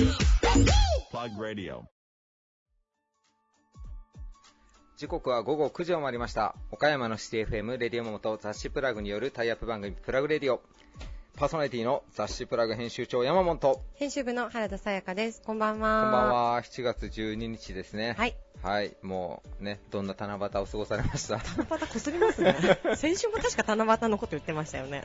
Plug Radio. 時刻は午後9時を回りました岡山のシティ FM レディオモモと雑誌プラグによるタイアップ番組プラグレディオパーソナリティの雑誌プラグ編集長山本こん編集部の原田さやかです。こんばんは。ばん。は7月12日ですねはい。はいもうねどんな七夕を過ごされました 七夕こすりますね。 先週も確か七夕のこと言ってましたよね。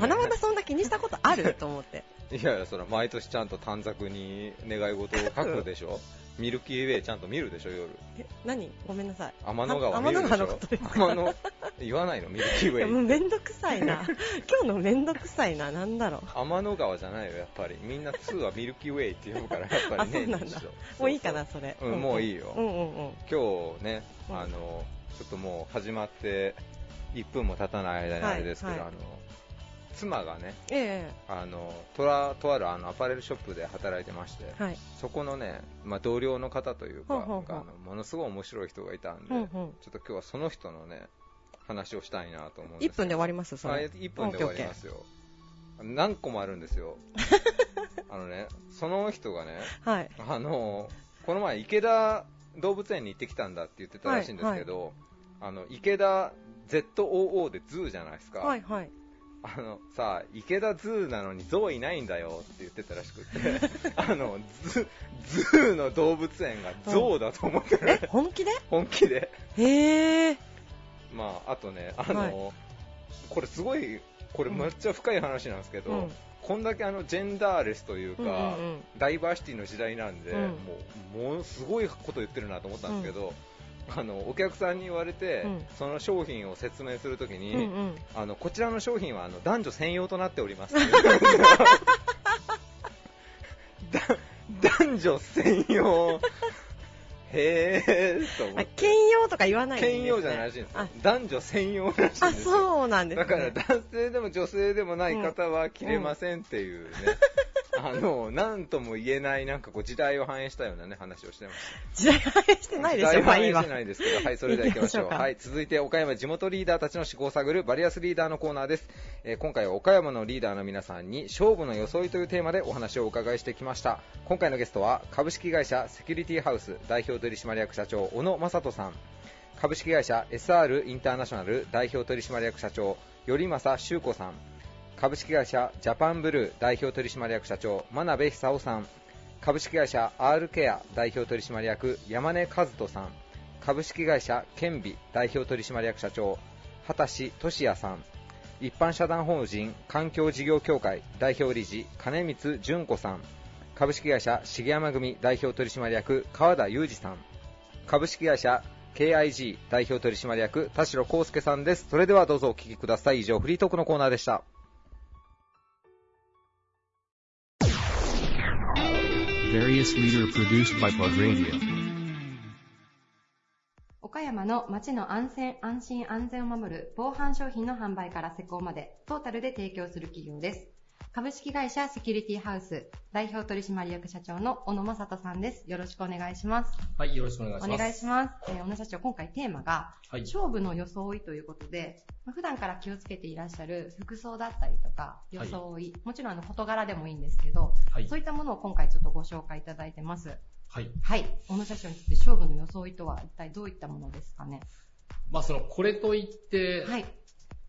七夕そんな気にしたことある と思って。いやいやそれは毎年ちゃんと短冊に願い事を書くでし ょミルキーウェイちゃんと見るでしょ夜え何ごめんなさい。天の川あ見るでし天の川のょことですか天の言わないのミルキーウいやもェうイめんどくさい な。今日のめんどくさいな。なんだろ天の川じゃないよやっぱりみんな2はミルキーウェイって読むからやっぱりねあそうなんだ一緒そうう。もういいかな、それ。うんもういいようんうんうん。今日ね、うんあのちょっともう始まって1分も経たない間にはいあれですけど、はいあの妻がねえあのとらとあるあのアパレルショップで働いてまして、え。はい。そこのね、まあ、同僚の方というかほうほうほうあのものすごい面白い人がいたんで、うんうんちょっと今日はその人のね話をしたいなと思うんです1分で終わりまますそれ。 1分で終わりますよ何個もあるんです よあのねその人がねはい。あのこの前、池田動物園に行ってきたんだって言ってたらしいんですけど、あの池田 ZOO でズーじゃないですか、はいはい。あのさあ池田ズーなのにゾウいないんだよって言ってたらしくて あのズズーの動物園がゾウだと思ってる、え、本気で本気で、へえ。まあ、あとねあの、これすごいこれめっちゃ深い話なんですけど、うんこんだけあのジェンダーレスというか、うんうんダイバーシティの時代なんで、うんもうものすごいこと言ってるなと思ったんですけど、あのお客さんに言われて、うんその商品を説明するときに、うん。うんうん。あのこちらの商品はあの男女専用となっており ますだ男女専用へえと思っあ、て、兼用とか言わないんですね兼用じゃないらしいんですよあ男女専用らしいんですよあ、そうなんですだね。から男性でも女性でもない方は着れませんっていうね、あのなんとも言えないなんかこう時代を反映したようなね話をしてまし時代反映してた。ないでし時代ょ、まあ反いい映しわて。ないですけど、はい、それでは行きましょう。行きましょうかはい、続いて岡山地元リーダーたちの思考を探るバリアスリーダーのコーナーです。えー今回は岡山のリーダーの皆さんに勝負の装いというテーマでお話をお伺いしてきました。今回のゲストは株式会社セキュリティハウス代表取締役社長小野正人さん。株式会社 SR インターナショナル代表取締役社長頼政修子さん株式会社ジャパンブルー代表取締役社長真鍋久夫さん株式会社 R ケア代表取締役山根和人さん株式会社ケンビ代表取締役社長畑志俊也さん一般社団法人環境事業協会代表理事金光純子さん株式会社重山組代表取締役川田裕二さん株式会社 KIG 代表取締役田代康介さんですそれではどうぞお聞きください以上フリートークのコーナーでした、 Various Leader produced by Plug Radio. 岡山の町の安全、安心、安全を守る防犯商品の販売から施工まで、トータルで提供する企業です。株式会社セキュリティハウス代表取締役社長の小野正人さんです。よろしくお願いします。はい、よろしくお願いおします。願いします。えー小野社長、今回テーマが、はい、勝負の装いということで、まあ普段から気をつけていらっしゃる服装だったりとか、はい装い、もちろんあの、事柄でもいいんですけど、はいそう、いったものを今回ちょっとご紹介いただいてます。はい。はい。小野社長にとって勝負の装いとは一体どういったものですかねまあ、その、これといって、はい。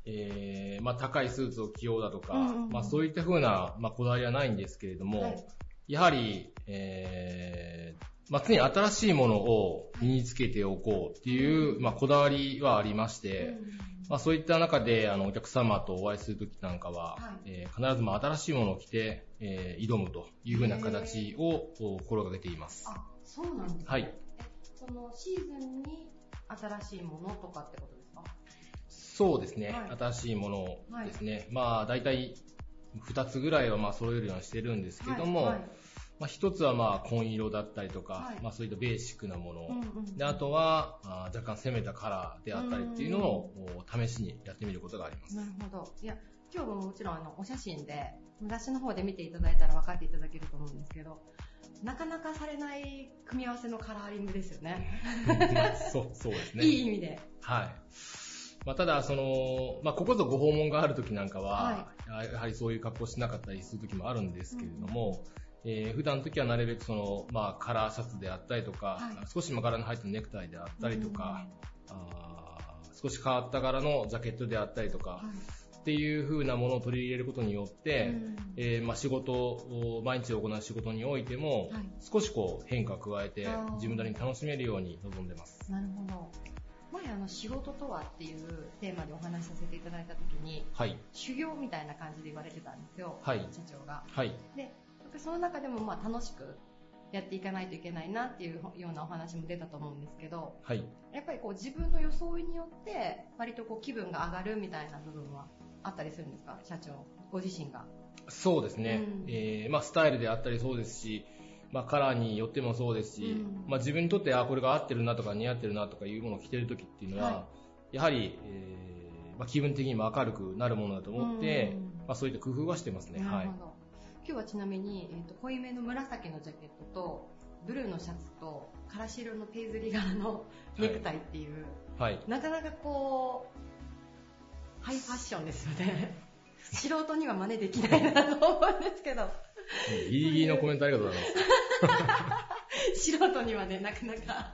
えー、まあ、高いスーツを着ようだとか、うんうんうんまあ、そういったふうな、まあ、こだわりはないんですけれども、はいやはり、えー、まあ、常に新しいものを身につけておこうっていう、まあ、こだわりはありまして、まあ、そういった中で、あの、お客様とお会いするときなんかは、はえー必ず、まあ、新しいものを着て、えー、挑むというふうな形をお心がけています。あ、そうなんですね。はい。えそのシーズンに新しいものとかってことですかそうですね、はい新しいものですね、まあ大体2つぐらいはまあ揃えるようにしてるんですけども、はいはいまあ、1つはまあ紺色だったりとか、はいまあ、そういったベーシックなもの、うんうんであとはあー若干攻めたカラーであったりっていうのをお試しにやってみることがあります。なるほど。いや、今日ももちろんあのお写真で、私の方で見ていただいたら分かっていただけると思うんですけど、なかなかされない組み合わせのカラーリングですよね。まあそうそうですねいい意味で。はいまあ、ただ、その、まあ、ここぞご訪問がある時なんかはは、ややはりそういう格好しなかったりする時もあるんですけれども、えー普段の時はなるべくその、まあ、カラーシャツであったりとか、は少しまあ柄の入ったネクタイであったりとか、あー少し変わった柄のジャケットであったりとか、っていう風なものを取り入れることによって、えーまあ、仕事を毎日行う仕事においても、はい少しこう変化を加えてあー自分なりに楽しめるように臨んでます。なるほど。前あの仕事とはっていうテーマでお話しさせていただいたときに、はい。修行みたいな感じで言われてたんですよ、はい社長が。はい。で、僕その中でもまあ楽しくやっていかないといけないなっていうようなお話も出たと思うんですけど、はい。やっぱりこう自分の装いによって割とこう気分が上がるみたいな部分はあったりするんですか、社長、ご自身が。そうですね。うんえーまあ、スタイルであったりそうですし、まあ、カラーによってもそうですし、うんまあ、自分にとって、あ、これが合ってるなとか似合ってるなとかいうものを着てる時っていうのは、はやはり、えーまあ、気分的にも明るくなるものだと思って、うんまあ、そういった工夫はしてますね。なはるいほ。ど。今日はちなみに、えー、と濃いめの紫のジャケットと、ブルーのシャツと、からし色のペイズリ柄のネクタイっていう、はい。なかなかこう、ハイファッションですよ ね。素人には真似できないなと思うんですけど、ギリギリのコメントありがとうござい ます。素人にはね、なかなか。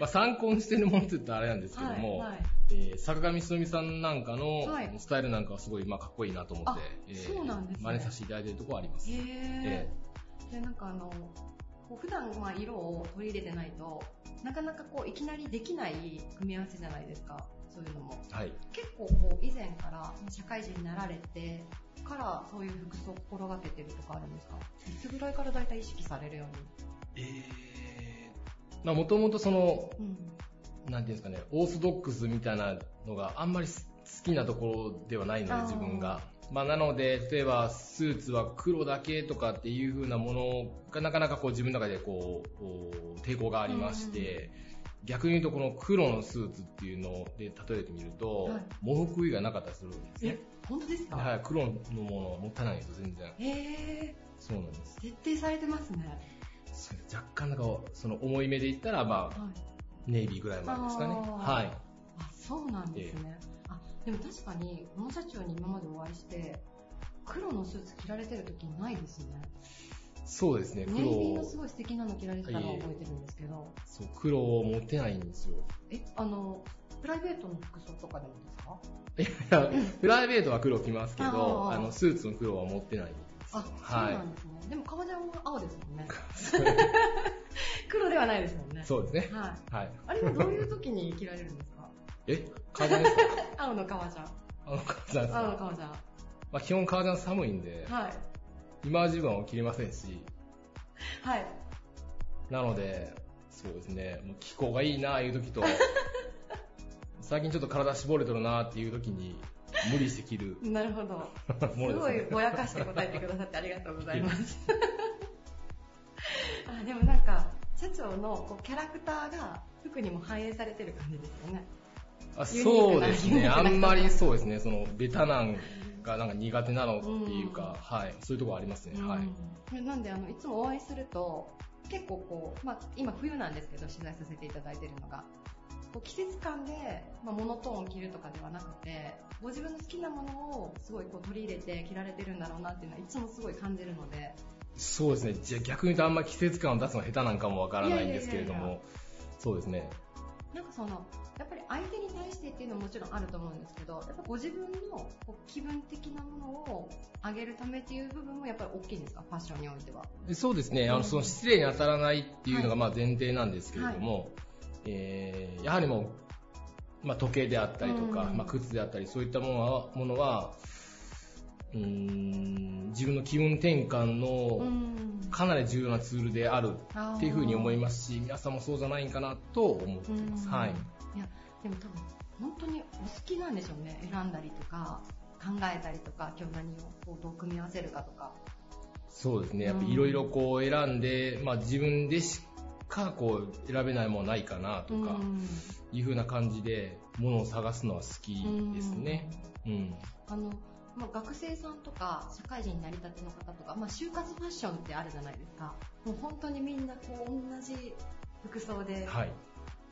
まあ、参考にしてるものって言ったらあれなんですけども、はいはいえー坂上瞳さんなんかのはいスタイルなんかはすごい、まあ、かっこいいなと思ってあ、そうなんですね真似させていただいてるところはあります。へええ。で、なんかあの、こう普段まあ色を取り入れてないと、なかなかこういきなりできない組み合わせじゃないですか、そういうのも。はい。結構こう以前から社会人になられてからそういう服装を心がけてるとかあるんですかいつぐらいからだいたい意識されるよえー、まあ、もともとその、うにうんなんていうんですかね、オーソドックスみたいなのがあんまりす好きなところではないのあで、ー自分が。まあ、なので、例えば、スーツは黒だけとかっていう風なものが、なかなかこう自分の中でこう、こう抵抗がありまして、逆に言うとこの黒のスーツっていうので例えてみると、はい喪服以外なかったりするんですねえ。本当ですか、はい、黒のものはもったいないんですよ、全然。へえそうなんです。徹底されてますね、そう若干なんか、その重い目で言ったら、まあ、はい、ネイビーぐらいまでですかね。あーはい。あそうなんですね、あでも確かにこの社長に今までお会いして黒のスーツ着られてる時ないですねそうですね、ネイ黒ビーのをす、ごい素敵なの着られてたのを覚えてるんですけどそう黒を持てないんですよ。えあのプライベートの服装とかでもですかプライベートは黒着ますけど、あーあの、スーツの黒は持ってないんですよ。あ、そうなんですね。でも革ジャンは青ですもんね。は 黒ではないですもんね。い。そうですね。はい。はい。あれはどういう時に着られるんです かえ革ジャンですか青の革ジャン。あの、革ジャンです青のか革ジャン。まあ、基本革ジャン寒いんで、はい。今は自分は着れませんし、はい。なので、そうですね、もう気候がいいなあいう 時と、最近ちょっと体絞れてるなあっていう時に、無理して着るなるほど。も すのごいですね。ぼやかして答えてくださってありがとうござい ます。あでもなんか、社長のこうキャラクターが服にも反映されてる感じですよね。あユニーそクうなですユニね、ーあクなんまりそうですね、その、ベタなんがなんか苦手なのっていうか、はい、そういうところありますね、はい。うんなんであのいつも応援すると結構こう、まあ、今冬なんですけど取材させていただいているのがこう季節感で、まあ、モノトーンを着るとかではなくてご自分の好きなものをすごいこう取り入れて着られてるんだろうなっていうのはいつもすごい感じるのでそうですね。じゃあ逆に言うとあんま季節感を出すの下手なんかもわからないんですけれどいやいやいやいも、そうですね。なんかそのやっぱり相手に対してっていうのももちろんあると思うんですけどやっぱご自分のこう気分的なものを上げるためっていう部分もやっぱり大きいんですかファッションにおいては。でそうですね。あうの、んその失礼に当たらないっていうのはがいまあ前提なんですけれども、えーやはりもう、まあ時計であったりとか、うんまあ靴であったり、そういったものは、ものは、うーん、自分の気分転換のんかなり重要なツールであるっっていうふうに思いますし、皆さんもそうじゃないかなと思ってます。うんはい。いや、でも多分、本当にお好きなんでしょうね。選んだりとか、考えたりとか、今日何をこうどう組み合わせるかとか。そうですね。うんやっぱいろいろこう選んで、まあ自分でしかこう選べないものないかなとかう、んいう風な感じで、ものを探すのは好きですね。うん。あの、まあ、学生さんとか、社会人になりたての方とか、まあ、就活ファッションってあるじゃないですか。もう本当にみんなこう、同じ服装ではい。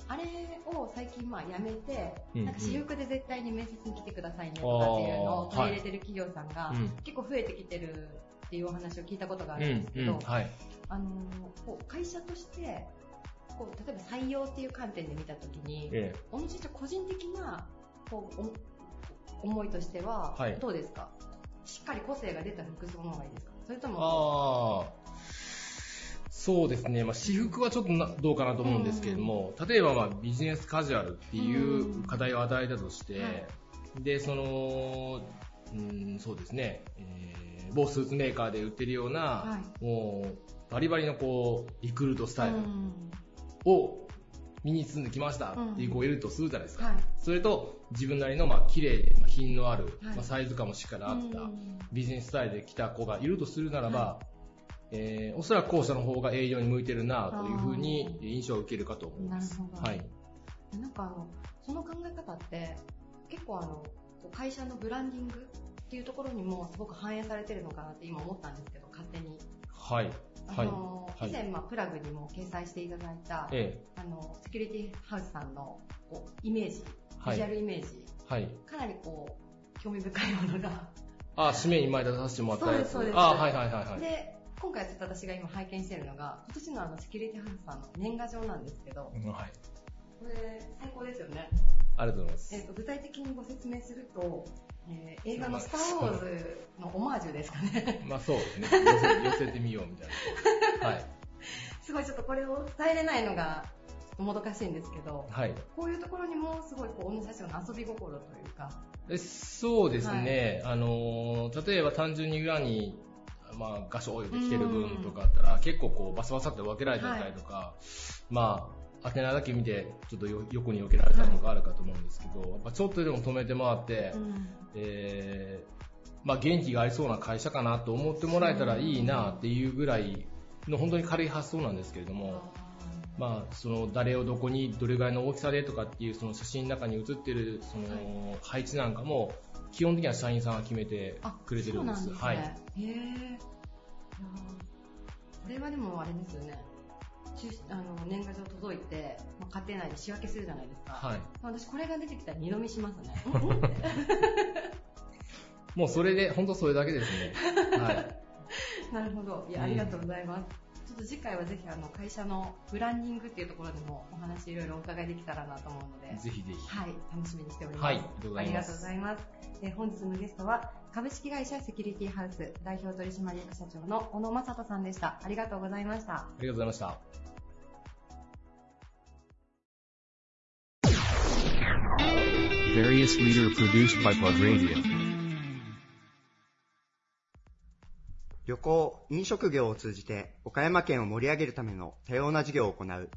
あれを最近まあやめて、うんなんか私服で絶対に面接に来てくださいねとかっていうのを取り入れてる企業さんがうん結構増えてきてるっていうお話を聞いたことがあうるんんです、けうど、ん、はい。あのこう会社としてこう例えば採用っていう観点で見たときに、ええ小野社長個人的なこうお思いとしてははいどうですか、しっかり個性が出た服装の方がいいですかそれともああ、そうですね、まあ、私服はちょっとなどうかなと思うんですけれども、例えばまあビジネスカジュアルっていう課題を与えたとして、はいで、その、うん、そうですね、えー某スーツメーカーで売ってるような、はもう、バリバリのこう、リクルートスタイルうんを身につんできましたっていう子がいるとするじゃないですか。はいそれと、自分なりの、まあ、綺麗で、まあ品のある、はいまあ、サイズ感もしっかりあった、うんビジネススタイルで来た子がいるとするならば、はえーおそらく後者の方が営業に向いてるなというふうにあ印象を受けるかと思います。なるほどはい。なんかあのその考え方って結構あのこう会社のブランディングっていうところにもすごく反映されてるのかなって今思ったんですけど勝手に、はい。あのはい。以はい。前、まあ、プラグにも掲載していただいた、ええあのセキュリティハウスさんのこうイメージはビジュアい。ルイメージ、はい。かなりこう興味深いものが、あ、締めに前出させてもらったやつ。そうですそうですあ、はいはいはいはい。で今回ちょっと私が今拝見してるのが今年のあのセキュリティハウスさんの年賀状なんですけどうんはい。これ最高ですよねありがとうございます。えっと具体的にご説明すると、えー映画の「スター・ウォーズ」のオマージュですかね まあそうですね。寄せ寄せてみようみたいな。はい。すごいちょっとこれを伝えれないのがちょっともどかしいんですけどはい。こういうところにもすごいこう小野社長の遊び心というかえそうですね、あのー例えば単純に裏に、まあ、画商で来てる分とかあったら、結構こうバサバサって分けられてたりとか、まあ、宛名だけ見て、ちょっとよ横に避けられたりとかあるかと思うんですけど、やっぱちょっとでも止めてもらって、えーまあ、元気がありそうな会社かなと思ってもらえたらいいなっていうぐらいの本当に軽い発想なんですけれども、まあ、その誰をどこにどれぐらいの大きさでとかっていうその写真の中に写ってるその配置なんかも基本的には社員さんが決めてあくれてるんです。そうはなんですい。ね、へえいやーこれはでもあれですよね中あの年賀状届いて、まあ、家庭内で仕分けするじゃないですか、はい。私これが出てきたら二度見します ねもうそれで、本当それだけですね。はい。 なるほど。いや、ありがとうございます。ちょっと次回はぜひあの会社のブランディングっていうところでもお話いろいろお伺いできたらなと思うので、ぜひぜひ。はい、楽しみにしております。はい。ありがとうごあざいりまがとうすご。ざいます。えー本日のゲストは株式会社セキュリティハウス代表取締役社長の小野正人さんでした。ありがとうございました。ありがとうございました。 Various leader produced by Pod Radio. 旅行、飲食業を通じて岡山県を盛り上げるための多様な事業を行う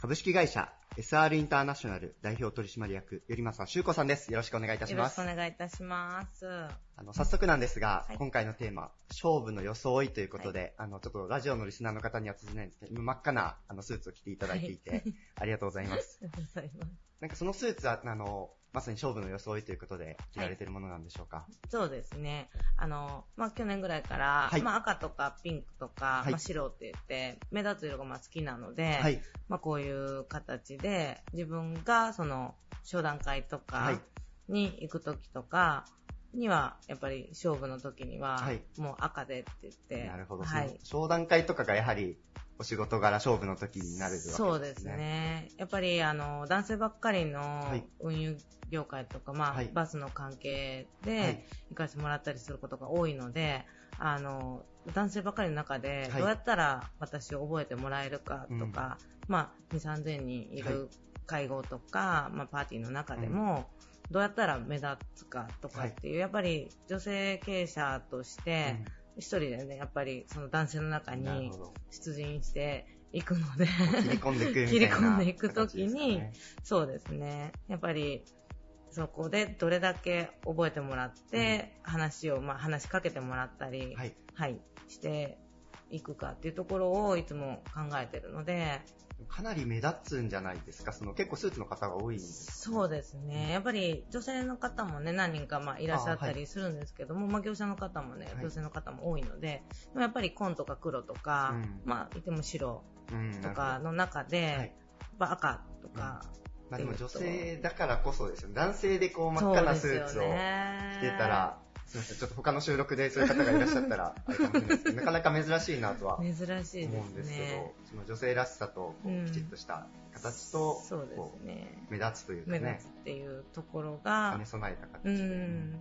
株式会社 SR インターナショナル代表取締役よりまさしゅうこさんです。よろしくお願いいたしよろましくすお。願いいたします。あの早速なんですが、はい今回のテーマ、勝負の装いということで、あの、ちょっとラジオのリスナーの方には通じないんですけど、今真っ赤なあのスーツを着ていただいてい て、ありがとうございます。ありがとうございます。なんかそのスーツは、あの、まさに勝負の装いということで着られてるものなんでしょうか。そうですね。あの、まあ、去年ぐらいから、はいまあ、赤とかピンクとか、はいまあ、白って言って、目立つ色がまあ好きなので、はい。まあ、こういう形で、自分がその、商談会とはかいに行く時とか、には、やっぱり勝負の時には、はいもう赤でって言って。なるほど。ははいい。。商談会とかがやはりお仕事柄勝負の時になるわけですね。そうですね。やっぱり、あの、男性ばっかりのはい運輸業界とか、まあ、はいバスの関係はでい行かせてもらったりすることが多いので、あの、男性ばっかりの中で、はいどうやったら私を覚えてもらえるかとか、まあ、2、3000人いはる会合とか、まあ、パーティーの中でも、どうやったら目立つかとかっていう、やっぱり女性経営者として、一人でね、やっぱりその男性の中うんなるにほど。出陣していくので、切り込んでいくみたい な。切り込んでいくときに形ですかねそうですね。やっぱり、そこでどれだけ覚えてもらって、話を、まあ話しかけてもらったり、はい。はい、していくかっていうところをいつも考えてるので、かなり目立つんじゃないですか。その結構スーツの方が多いんです。そうですね。やっぱり女性の方もね、何人かまあいらっしゃったあはりするんですけども、まあ業者の方もねは、い女性の方も多いので、でもやっぱり紺とか黒とか、うんまあいても白うん。とかの中で、はいぱ赤とか、まあ、でも女性だからこそですよね。男性でこう真っ赤なスーツを着てたら、すみません、ちょっと他の収録でそういう方がいらっしゃったら、あれかもしれないですけど、なかなか珍しいなとは珍しいですね思うんですけど、その女性らしさとこうんうきちっとした形と、そうでこすねう目立つというか目ね立つ、っていうところが兼ね、備えた形うで。ん。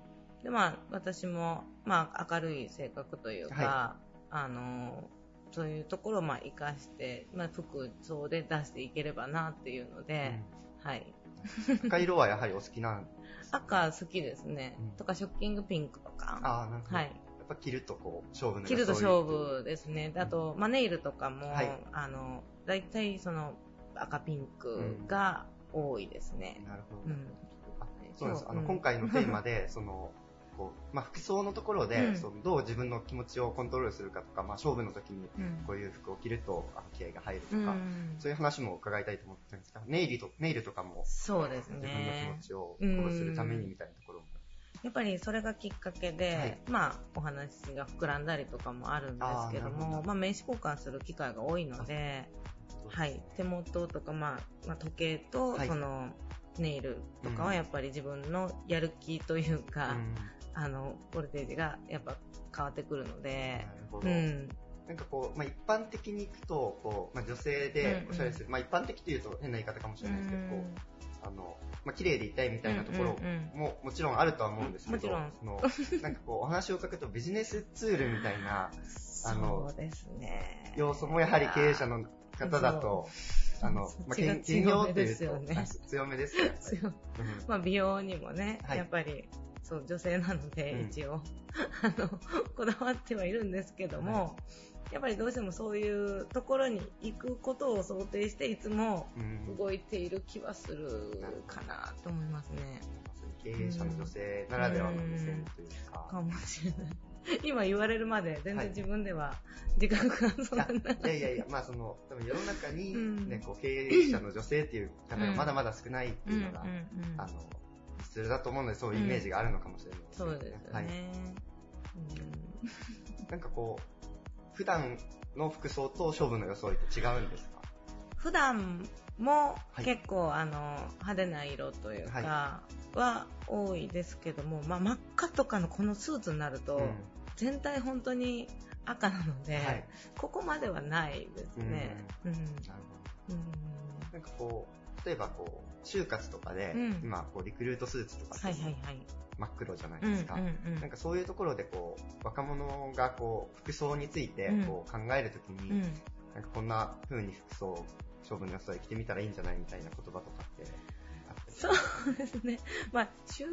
で、まあ、私も、まあ、明るい性格というか、はあの、そういうところを、まあ、活かして、まあ、服装で出していければなっていうのうでん、はい。赤色はやはりお好きなん、赤好きですね。うんとか、ショッキングピンクとか、ああ、なんか、はやい。っぱ着るとこう、勝負の着ると勝装い負ですね。あと、まあ、ネイルとかも、はいあの、大体、その、赤ピンクが多いですねう。。なるほど。うん。あそうなんです。あの、うん今回のテーマで、 その、こう、まあ、服装のところで、うんそのどう自分の気持ちをコントロールするかとか、まあ、勝負の時にこういう服を着ると、あの、気合が入るとうか、んそういう話も伺いたいと思ってたんですが、ネイルと、ネイルとかも、そうです自分の気ね持。ちを鼓舞するためにみたいなところも。やっぱりそれがきっかけで、はいまあお話が膨らんだりとかもあるんですけどあーなるほもどまあ名刺交換する機会が多いので、はい、手元とか、まあ、まあ時計と、はいそのネイルとかはやっぱり自分のやる気といううか、んあのボルテージがやっぱ変わってくるのなるで、ほうど。ん、なんかこう、まあ、一般的にいくと、こう、まあ、女性でおしゃれする、まあ、一般的というと変な言い方かもしれないですけど、こう、あの、まあ、綺麗でいたいみたいなところうんうんも、もちろんあるとは思うんですけど、もちろんその、なんかこう、お話を伺うとビジネスツールみたいなあのそうですね要素もやはり経営者の方だと、あの、そまあ、っちが兼兼強業めっていでうすよと、ねあ強めですよ、やっぱり強いうんまあ、美容にもね、はいやっぱりそう女性なので、うん一応 あのこだわってはいるんですけども、やっぱりどうしてもそういうところに行くことを想定していつもうん動いている気はするかなと思いますね。経営者の女性ならではの目線というか、かもしれない。今言われるまで全はい然自分では自覚がそんな ない。いやいやいや、まあその、多分世の中に、うんね、こう経営者の女性っていう方がまだまだ少ないってうんいううんうのが、んあの、普通だと思うので、そういうイメージがあるのかもしれないですそうですよね。はい。なんかこう、普段の服装と勝負の装いって違うんですか普段もはい結構、あの派手な色というかは多いですけども、まあ、真っ赤とかのこのスーツになると、うん全体本当に赤なので、はい。ここまではないですね。うんなるほうど。んなんかこう、例えばこう、就活とかで、うん今こう、リクルートスーツとかってはいはいはい。真っ黒じゃないうんうですか。んなんかそういうところでこう、若者がこう、服装についてうんこう考えるときうんうに、んなんかこんな風に服装、勝負の装い着てみたらいいんじゃないみたいな言葉とかってあったりしそうですね。まあ、就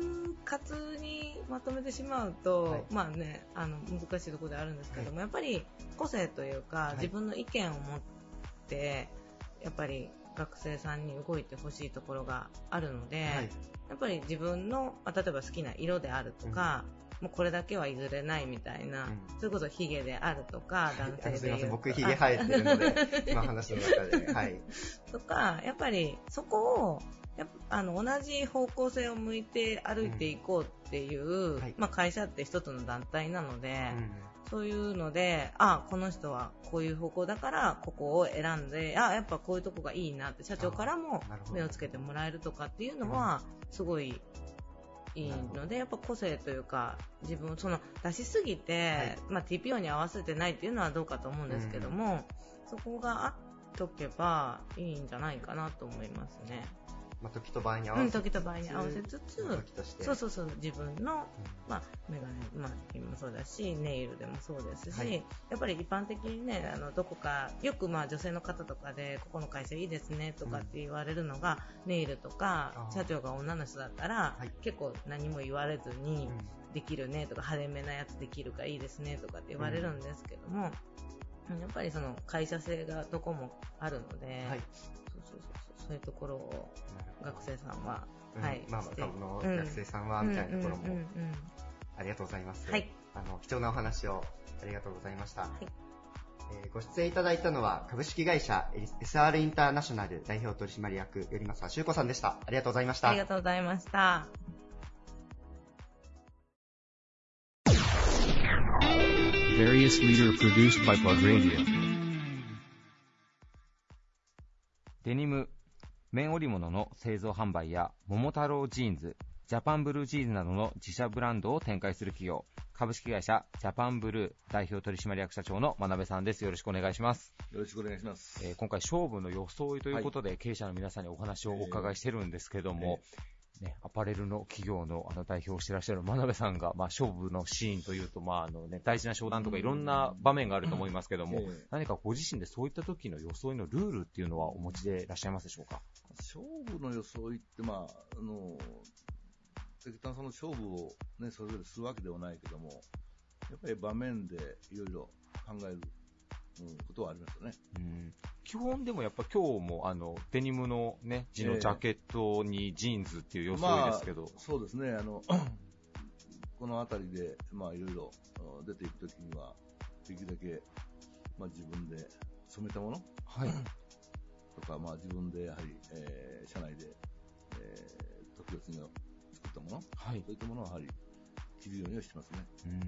活にまとめてしまうと、はいまあね、あの、難しいところであるんですけども、やっぱり個性というか、い自分の意見を持って、やっぱり学生さんに動いてほしいところがあるので、はい。やっぱり自分の、まあ例えば好きな色であるとか、もうこれだけは譲れないみたいな、うんそれこそヒゲであるとか、男性であのす言いうません、と僕ヒゲ生えてる ので、今話の中で、はい。とか、やっぱりそこを、やっぱあの同じ方向性を向いて歩いていこうっていう、んはいまあ、会社って一つの団体なので、うんそういうのであこの人はこういう方向だからここを選んであやっぱこういうとこがいいなって社長からもあなるほど目をつけてもらえるとかっていうのはすごいいいなるほのでやっぱ個性というか自分をその出しすぎて、はいまあ、TPO に合わせてないっていうのはどうかと思うんですけども、そこがあっとけばいいんじゃないかなと思いますね。まあ、時と場合に合わうせん、つつ、時と場合に合わせつつ、時としてそうそうそう自分のうんまあ、メガネ、まあ、今もそうだし、ネイルでもそうですし、はいやっぱり一般的にね、あの、どこか、よくまあ女性の方とかで、ここの会社いいですねとかって言われるのが、ネイルとあか、ー社長が女の人だったら、はい結構何も言われずに、うんできるねとか、派手めなやつできるからいいですねとかって言われるんですけども、やっぱりその会社性がどこもあるので、はい。そうそうそうそういうところを学生さんは、うんはい。まあ、して若者、学生さんは、みたいなところうんうんも、うんうんありがとうございます。はいあの、貴重なお話を、ありがとうございました。いえーご出演いただいたのは、株式会社 SR インターナショナル代表取締役、よりまさしゅうこさんでした。ありがとうございました。ありがとうございました。 Various leader produced by Pod Radio. デニム綿織物の製造販売や桃太郎ジーンズ、ジャパンブルージーンズなどの自社ブランドを展開する企業、株式会社ジャパンブルー代表取締役社長の真鍋さんです。よろしくお願いします。よろしくお願いします。えー今回勝負の装いということで、経営者の皆さんにお話をお伺いしてるんですけども、ね、アパレルの企業のあの代表をしてらっしゃる真鍋さんが、まあ、勝負のシーンというと、まああのね、大事な商談とかいろんな場面があると思いますけども、ええ何かご自身でそういった時の装いのルールっていうのはお持ちでいらっしゃいますでしょうか勝負の装いって、まあ、あの、関丹さんの勝負をね、それぞれするわけではないけども、やっぱり場面でいろいろ考える、うん、ことはありますよね。うん基本でもやっぱ今日もあのデニムのね、地のジャケットにジーンズっていう装いですけど、まあ、そうですね、あの、 この辺りで、まあ、いろいろうん出ていくときには、できるだけ、まあ、自分で染めたものはい。とか、まあ、自分でやはり、えー社内で、えー、特別に作ったものはいそ。ういったものはやはり着るようにはしてますね。うん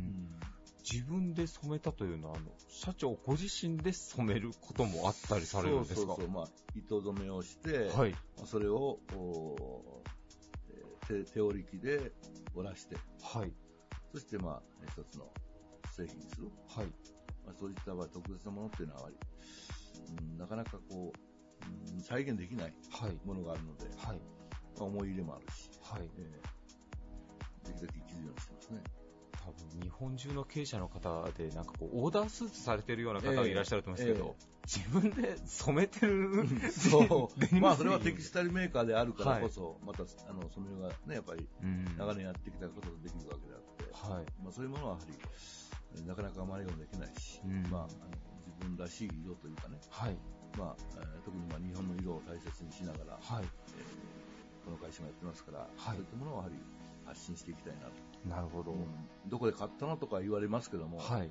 自分で染めたというのは、あの、社長ご自身で染めることもあったりされるんですかそうそうそう、まあ、糸染めをして、はい。それを、おーえー手手織り機で織らして、はい。そして、まあ、一つの製品にする。はい。まあ、そういったまあ特別なものっていうのは、あまりうん、なかなかこう、うん再現できないはい。ものがあるので、まはい。あ思い入れもあるし、はい。えー、できるだけ着るようにしてますね。多分、日本中の経営者の方で、なんかこう、オーダースーツされてるような方がいらっしゃると思いますけど、自分で染めてる、そう。 まあ、それは デニテムキ製スタイルメーカーであるからこそ、また、あの、染めがね、やっぱり、品うん。長年やってきたことができるわけであって、はい。まあ、そういうものはやはり、なかなか真似ができないし、うんまあ、あの自分らしい色というかね、はい。まあ、えー特にまあ日本の色を大切にしながら、はい。えーこの会社がやってますから、はいそういったものをやはり発信していきたいなと。なるほど。どこで買ったのとか言われますけども、はい。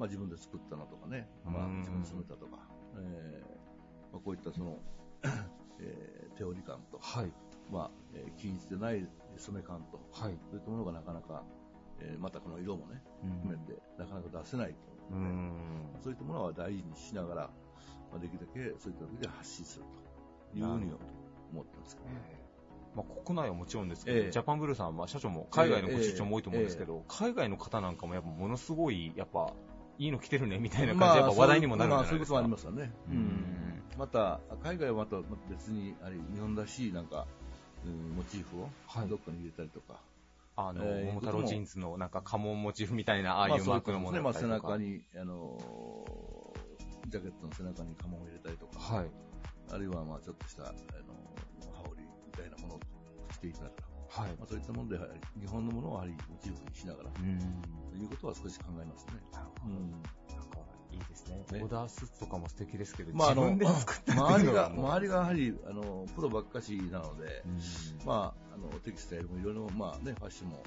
まあ、自分で作ったのとかね、うんまあ、自分で染めたとか、えーまあ、こういったその、えー手織り感と、はい。まあえー均一でない染め感と、はい。そういったものがなかなか、えーまたこの色もね、うん含めてなかなか出せないと、うん。そういったものは大事にしながら、まあ、できるだけそういった時で発信するというふうに思ってますけどね。まあ、国内はもちろんですけど、ええジャパンブルーさんは、まあ、社長も海外のご出張も多いと思うんですけど、海外の方なんかもやっぱものすごい、やっぱ、いいの着てるねみたいな感じで、やっぱ話題にもなるんじゃないですまか。あ、そういうこともありますよね。うんまた、海外はまたまた別に、あれ、日本らしいなんか、うんモチーフをはいどっかに入れたりとか、あの、ええ桃太郎ジーンズのなんか家紋モチーフみたいな、ああまいうマークそうのいもうことですねのまだあったり背とか。中に、あのージャケットの背中に家紋を入れたりとか、はい。あるいはまあちょっとした、あのー羽織みたいなものを着ていきながら、はい。まあ、そういったもので、やはり日本のものをやはりモチーフにしながら、うん。ということは少し考えますね。なるほうど。んなんか、いいですね。オねーダースーツとかも素敵ですけど、まあ、あ自の、分で作ったって周いうりのが、がもう 周りがやはり、あの、プロばっかしなので、うんまあ、あの、テキスタイルもいろいろ、まあね、ファッションも、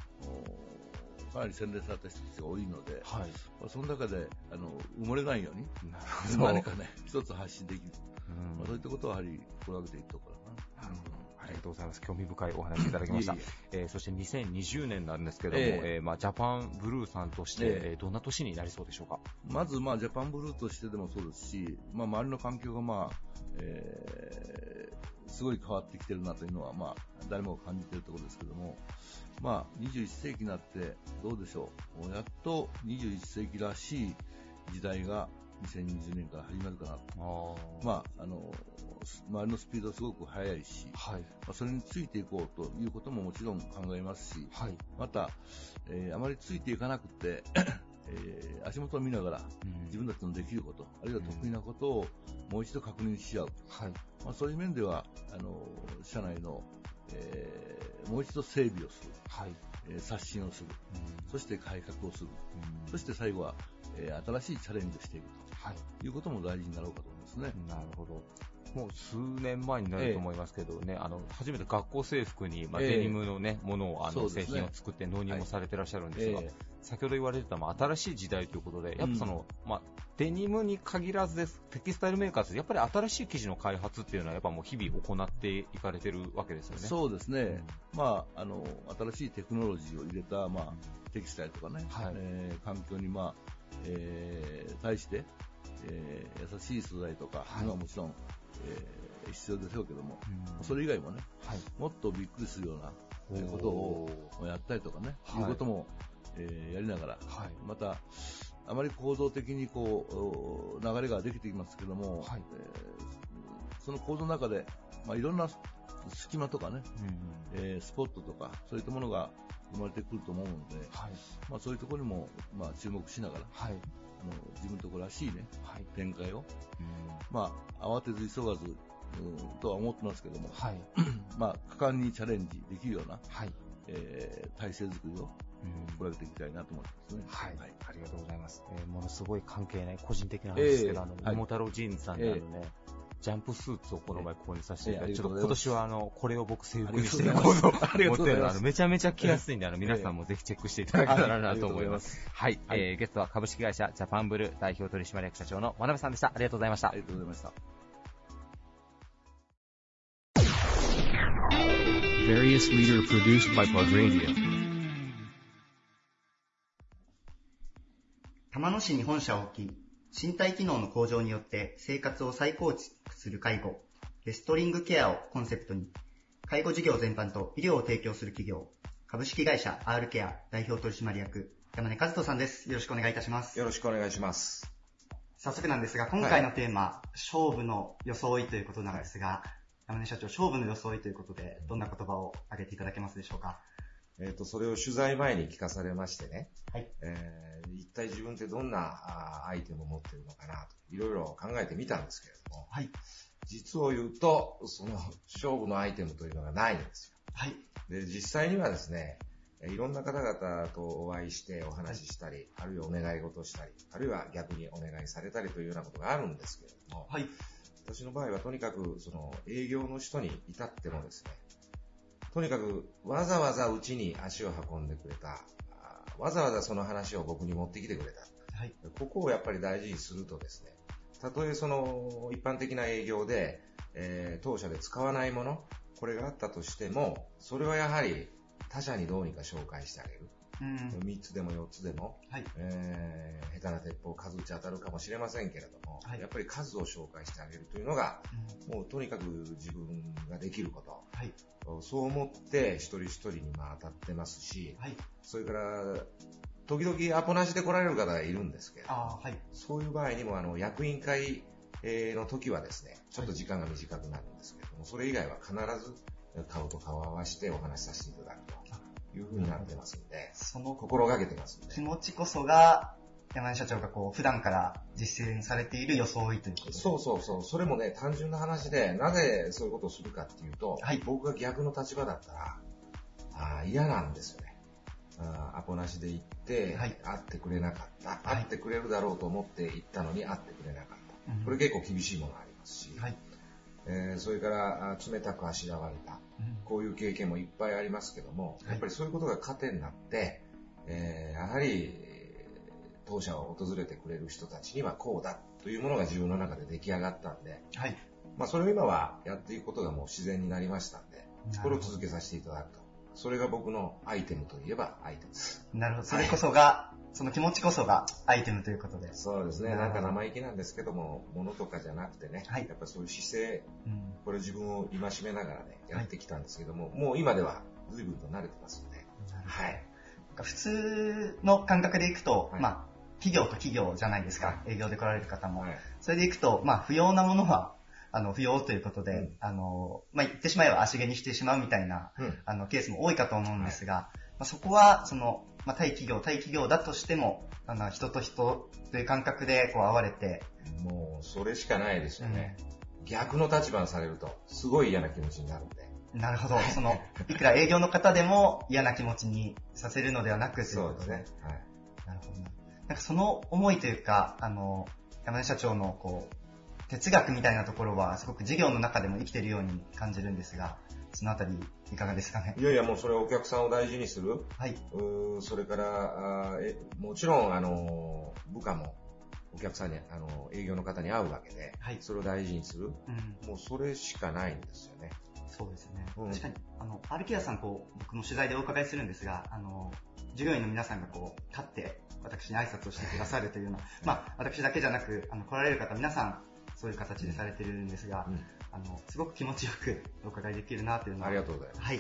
おかなり洗練された人たちが多いので、はい。まあその中で、あの、埋もれないように、なるほど。何かね、一つ発信できる。うんまあ、そういったことはやはり、心がけていくところかな。ありがとうございます。興味深いお話いただきました。いえいえーそして2020年なんですけども、えええーまあ、ジャパンブルーさんとして、ええーどんな年になりそうでしょうか。まず、まあ、ジャパンブルーとしてでもそうですし、まあ、周りの環境が、まあ、えーすごい変わってきてるなというのは、まあ、誰もが感じているところですけども、まあ、21世紀になって、どうでしょう。もうやっと21世紀らしい時代が2020年から始まるかなと。ままあ、あの、す周りのスピードすごく速いし、あ、はい、まあそれについていこうということももちろん考えますし、はい。また、えーあまりついていかなくて、 えー足元を見ながら、自分たちのできること、あるいは得意なことをもう一度確認し合う。はい。まあ、そういう面では、あの、社内の、えーもう一度整備をする、はい。えー刷新をする、そして改革をする、うんそして最後は、えー新しいチャレンジをしていくはい。ということも大事になろうかと思いますね。なるほど。もう数年前になると思いますけどね、あの、初めて学校制服に、まあ、ええデニムのね、ものを、あその、うで製すね品を作って納入もされてらっしゃるんですが、えー先ほど言われてた、まあ、新しい時代ということで、やっぱその、まあ、デニムに限らずです、テキスタイルメーカーって、やっぱり新しい生地の開発っていうのは、やっぱもう日々行っていかれてるわけですよね。そうですね、まあ、あの新しいテクノロジーを入れた、まあ、テキスタイルとかね、はいえー環境に、まあえー対して、えー優しい素材とか、はい今はもちろん、え必要でしょうけども、うんそれ以外もね、はいもっとびっくりするようなえーことをやったりとかね、はいいうことも、えーやりながら、はいまた、あまり構造的にこうお流れができていますけども、はいえーその構造の中で、まあ、いろんな隙間とかね、うんえースポットとか、そういったものが生まれてくると思うので、はいまあ、そういうところにも、まあ、注目しながら、はいあの自分のところらしいね、はい展開を、うんまあ、慌てず急がず、うんとは思ってますけども、はい まあ、果敢にチャレンジできるような、はいえー体制作りをうん心がけていきたいなと思ってますね。はいはい、ありがとうございます。えーものすごい関係ない、個人的な話ですけど、ええあの、はい桃太郎ジーンズさんにあのね、ジャンプスーツをこの前購入させていただいて、ちょっと今年はあの、これを僕制服にしていこうと思ありがとうごってざいまするので、あのめちゃめちゃ着やすいんで、あの、皆さんもぜひチェックしていただけたらなと思います。はい、はいえーゲストは株式会社ジャパンブルー代表取締役社長の真鍋さんでした。ありがとうございましたあり。がとうございました。 Various leader produced by Pod Radio. 玉野市に本社を置き、身体機能の向上によって生活を再構築する介護、レストリングケアをコンセプトに、介護事業全般と医療を提供する企業、株式会社 R ケア代表取締役、山根和人さんです。よろしくお願いいたします。よろしくお願いします。早速なんですが、今回のテーマ、勝負の装いということなんですが、山根社長、勝負の装いということで、どんな言葉を挙げていただけますでしょうか。えっ、と、それを取材前に聞かされましてね、はいえー一体自分ってどんなあーアイテムを持ってるのかなと、いろいろ考えてみたんですけれども、はい実を言うと、その勝負のアイテムというのがないんですはい。よ。で、実際にはですね、えいろんな方々とお会いしてお話ししたり、あるいはお願い事をしたり、あるいは逆にお願いされたりというようなことがあるんですけれども、はい。私の場合はとにかくその営業の人に至ってもですね、とにかくわざわざうちに足を運んでくれた、あーわざわざその話を僕に持ってきてくれた。はい。ここをやっぱり大事にするとですね、たとえその一般的な営業で、えー当社で使わないもの、これがあったとしても、それはやはり他社にどうにか紹介してあげる。うん。 3つでも4つでも、はいえー下手な鉄砲数打ち当たるかもしれませんけれども、はいやっぱり数を紹介してあげるというのが、うんもうとにかく自分ができること、はい。そう思って一人一人にまあ当たってますし、はい。それから、時々アポなしで来られる方がいるんですけれど、ああ、はい。そういう場合にもあの役員会えーの時はですね、ちょっと時間が短くなるんですけれども、それ以外は必ず顔と顔を合わせてお話しさせていただくというふうになってますんで、その心がけてますんで気。持ちこそが、山根社長がこう、普段から実践されている装いということです。そうそうそう。それもね、単純な話で、なぜそういうことをするかっていうと、はい僕が逆の立場だったら、あー嫌なんですよね。あーアポなしで行って、はい会ってくれなかった。会ってくれるだろうと思って行ったのに会ってくれなかった。うんこれ結構厳しいものありますし、はい。えーそれからあー冷たくあしらわれた。うんこういう経験もいっぱいありますけども、はいやっぱりそういうことが糧になって、えーやはり、えー当社を訪れてくれる人たちにはこうだというものが自分の中で出来上がったんで、はい。まあそれを今はやっていくことがもう自然になりましたんで、これを続けけさせていただくと。それが僕のアイテムといえばアイテムです。なるほど。それこそが、その気持ちこそがアイテムということで。そうですねなんか生意気なんですけども、物とかじゃなくてね、はいやっぱりそういう姿勢、うん。これ自分を戒めながらね、やってきたんですけども、もう今では随分と慣れてますので、はい。普通の感覚でいくと、はいまあ、企業と企業じゃないですか。営業で来られる方も。はいそれでいくと、まあ、不要なものは、あの、不要ということで、うんあの、まあ、言ってしまえば足毛にしてしまうみたいな、うんあの、ケースも多いかと思うんですが、まあ、そこは、その、まあ、対企業、対企業だとしても、あの、人と人という感覚で、こう、会われて、もう、それしかないですよね。逆の立場にされると、すごい嫌な気持ちになるんで。なるほど、その、いくら営業の方でも嫌な気持ちにさせるのではなく、というそうこでとすね。はい。なるほどな。なんかその思いというか、あの、山根社長のこう、哲学みたいなところは、すごく事業の中でも生きているように感じるんですが、そのあたり、いかがですかねい。やいや、もうそれはお客さんを大事にする。はい。うーそれから、あーえもちろん、あのー、部下も、お客さんに、あのー営業の方に会うわけで、はいそれを大事にする。うん、もうそれしかないんですよね。そうですね。うん確かに、あの、アルキアさん、こう、僕も取材でお伺いするんですが、あの、従業員の皆さんがこう、立って、私に挨拶をしてくださるというような、まあ、私だけじゃなく、あの、来られる方、皆さん、そういう形でされてるんですが、あのすごく気持ちよく お伺いできるなというのはありがとうございますはい、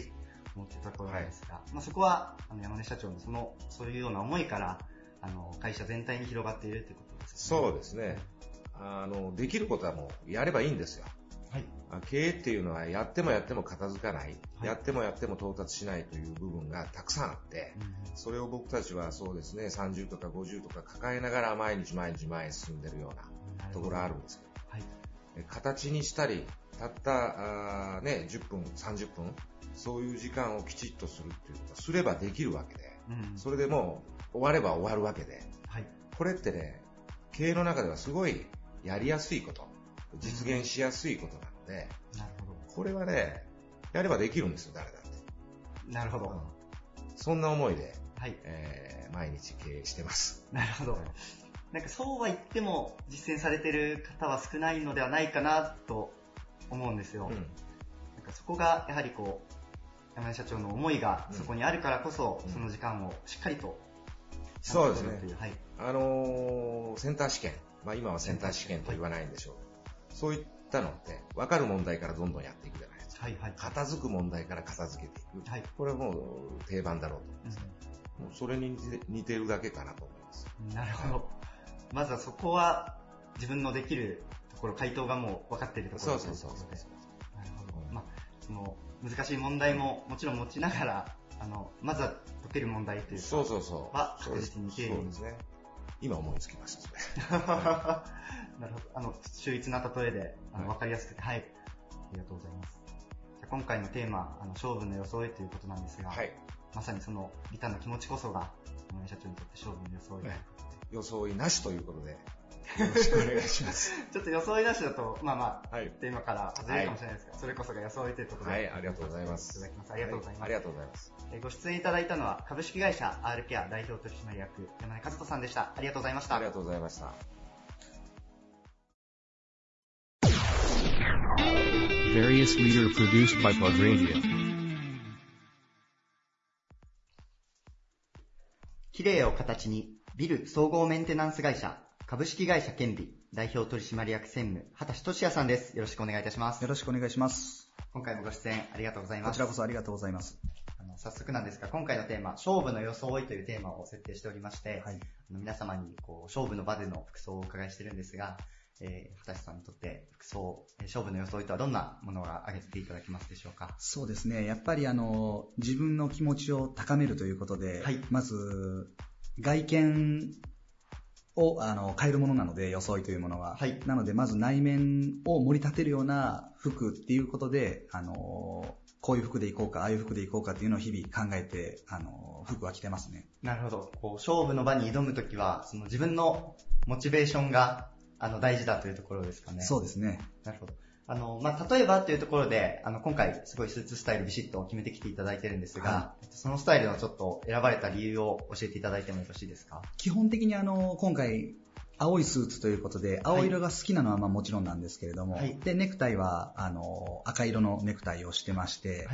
思ってたところなんですが、まあ、そこはあの山根社長のそのそういうような思いからあの会社全体に広がっているということですそうですね。あの、できることはもうやればいいんですよ。あ経営っていうのはやってもやっても片付かない,、やってもやっても到達しないという部分がたくさんあって、それを僕たちはそうですね、30とか50とか抱えながら毎日毎日前に進んでるようなところあるんですけど、え形にしたり、たったあーね、10分、30分、そういう時間をきちっとするっていうことをすればできるわけで、それでもう終われば終わるわけで、これってね、経営の中ではすごいやりやすいこと、実現しやすいことなので、これはね、やればできるんですよ、誰だって。なるほど。そんな思いで、えー毎日経営してます。なるほど。なんかそうは言っても実践されてる方は少ないのではないかなと思うんですよ。なんかそこがやはりこう、山根社長の思いがそこにあるからこそ、その時間をしっかりと、そうですね。あのーセンター試験。まあ今はセンター試験と言わないんでしょう。そういったのって、分かる問題からどんどんやっていくじゃないですか。片付く問題から片付けていく。これはもう定番だろうと思うんですね。もうそれに似て似てるだけかなと思います。なるほど。まずはそこは自分のできるところ、回答がもう分かっているところそうそうそうそうということでなるほど。まあ、その難しい問題ももちろん持ちながら、あの、まずは解ける問題というかそうそうそう。は確実に丁寧にそうですね。今思いつきました、それ。 なるほど。あの、秀逸な例えで、あの、わかりやすくて、はい。ありがとうございます。じゃあ今回のテーマ、あの、勝負の装いということなんですが、まさにその、リタの気持ちこそが、山根社長にとって勝負の装いということで。装いなしということで、よろしくお願いします。 ちょっと装いなしだと、まあまあ、テーマから外れるかもしれないですが、それこそが装いということで。はい、ありがとうございます。いただきますありがとうございますはありがとうございます。えーご出演いただいたのは、株式会社 R ケア代表取締役、山根和人さんでした。ありがとうございました。ありがとうございました。 Various leader produced by Pod Radio. 綺麗を形に、ビル総合メンテナンス会社、株式会社健美、代表取締役専務、畑俊也さんです。よろしくお願いいたします。よろしくお願いします。今回もご出演ありがとうございます。こちらこそありがとうございます。あの早速なんですが、今回のテーマ、勝負の装いというテーマを設定しておりまして、あの皆様にこう勝負の場での服装をお伺いしてるんですが、えー、畑さんにとって服装、えー勝負の装いとはどんなものが挙げていただけますでしょうかそうですね。やっぱりあの、自分の気持ちを高めるということで、まず、外見をあの変えるものなので、装いというものは。なので、まず内面を盛り立てるような服っていうことで、あの、こういう服で行こうか、ああいう服で行こうかっていうのを日々考えて、あの、服は着てますね。なるほど。こう勝負の場に挑むときは、その自分のモチベーションがあの大事だというところですかね。そうですね。なるほど。あの、まあ、例えばというところで、あの、今回すごいスーツスタイルビシッと決めてきていただいてるんですが、えっとそのスタイルのちょっと選ばれた理由を教えていただいてもよろしいですか基本的にあの、今回、青いスーツということで、青色が好きなのはまあもちろんなんですけれども、で、ネクタイは、あの、赤色のネクタイをしてまして、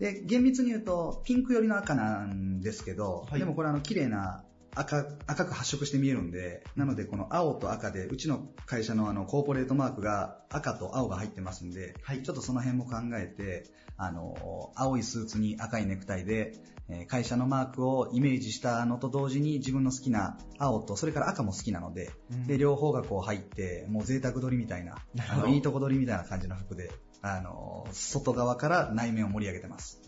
で、厳密に言うと、ピンク寄りの赤なんですけど、でもこれあの、綺麗な赤、赤く発色して見えるんで、なのでこの青と赤で、うちの会社のあの、コーポレートマークが赤と青が入ってますんで、ちょっとその辺も考えて、あの、青いスーツに赤いネクタイで、えー会社のマークをイメージしたのと同時に自分の好きな青とそれから赤も好きなので、で両方がこう入ってもう贅沢取りみたいなあのいいとこ取りみたいな感じの服で、あのー外側から内面を盛り上げてます、